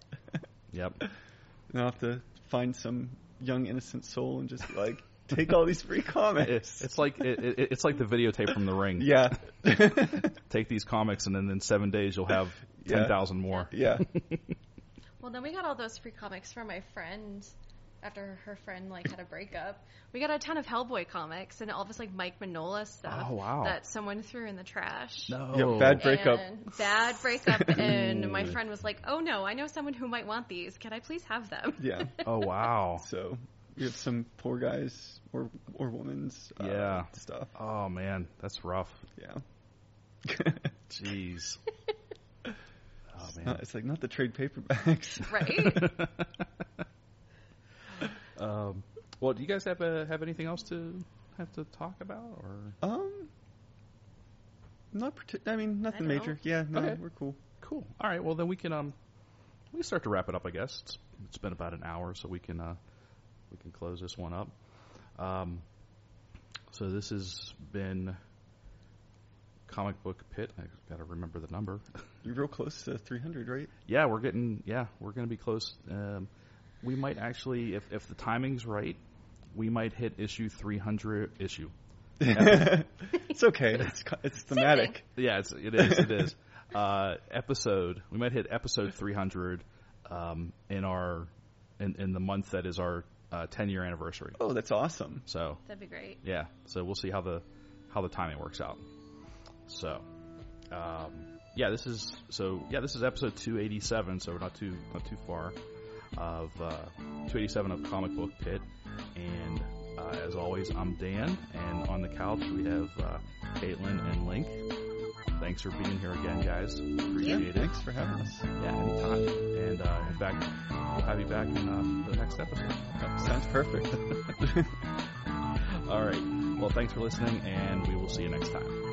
[SPEAKER 3] Yep.
[SPEAKER 2] and I'll have to find some young innocent soul and just like take all these free comics.
[SPEAKER 3] It's like it, it, it's like the videotape from The Ring.
[SPEAKER 2] yeah,
[SPEAKER 3] Take these comics, and then in seven days you'll have
[SPEAKER 2] Yeah.
[SPEAKER 3] ten thousand more.
[SPEAKER 2] yeah.
[SPEAKER 4] Well, then we got all those free comics from my friend after her friend like had a breakup. We got a ton of Hellboy comics and all this like Mike Manola stuff
[SPEAKER 3] Oh, wow.
[SPEAKER 4] that someone threw in the trash.
[SPEAKER 3] No.
[SPEAKER 2] Yeah, bad- Breakup.
[SPEAKER 4] And bad breakup, and my
[SPEAKER 3] Ooh.
[SPEAKER 4] friend was like, "Oh no, I know someone who might want these. Can I please have them?"
[SPEAKER 2] Yeah.
[SPEAKER 3] Oh wow.
[SPEAKER 2] So we have some poor guys or or women's uh,
[SPEAKER 3] Yeah.
[SPEAKER 2] stuff.
[SPEAKER 3] Oh man, that's rough.
[SPEAKER 2] Yeah.
[SPEAKER 3] Jeez. Oh
[SPEAKER 2] It's,
[SPEAKER 3] man.
[SPEAKER 2] not, it's like not the trade paperbacks.
[SPEAKER 4] Right?
[SPEAKER 3] um, well, do you guys have uh, have anything else to have to talk about? Or
[SPEAKER 2] um, not partic- I mean, nothing
[SPEAKER 4] don't
[SPEAKER 2] major.
[SPEAKER 4] know.
[SPEAKER 2] Yeah, no,
[SPEAKER 3] Okay.
[SPEAKER 2] we're cool.
[SPEAKER 3] cool. All right. Well, then we can um we can start to wrap it up. I guess it's, it's been about an hour, so we can uh, we can close this one up. Um, so this has been comic book pit. I got to remember the number.
[SPEAKER 2] You're real close to 300, right?
[SPEAKER 3] yeah, we're getting. Yeah, we're going to be close. Um, we might actually, if if the timing's right, we might hit issue three hundred issue.
[SPEAKER 2] It's okay. It's co- it's thematic.
[SPEAKER 3] Yeah, it's, it is. It is. Uh, episode. We might hit episode 300 um, in our in, in the month that is our uh, 10 year anniversary.
[SPEAKER 2] Oh, that's awesome.
[SPEAKER 3] So
[SPEAKER 4] That'd be great.
[SPEAKER 3] yeah, so we'll see how the how the timing works out. So um, yeah, this is so yeah, this is episode 287. So we're not too not too far of uh, 287 of Comic Book Pit. And uh, as always, I'm Dan, and on the couch we have uh, Caitlin and Link. Thanks for being here again, guys. Appreciate it.
[SPEAKER 2] Thanks for having us.
[SPEAKER 3] Yeah, anytime. And uh, in fact, we'll have you back in uh, the next episode.
[SPEAKER 2] Sounds perfect.
[SPEAKER 3] All right. Well, thanks for listening, and we will see you next time.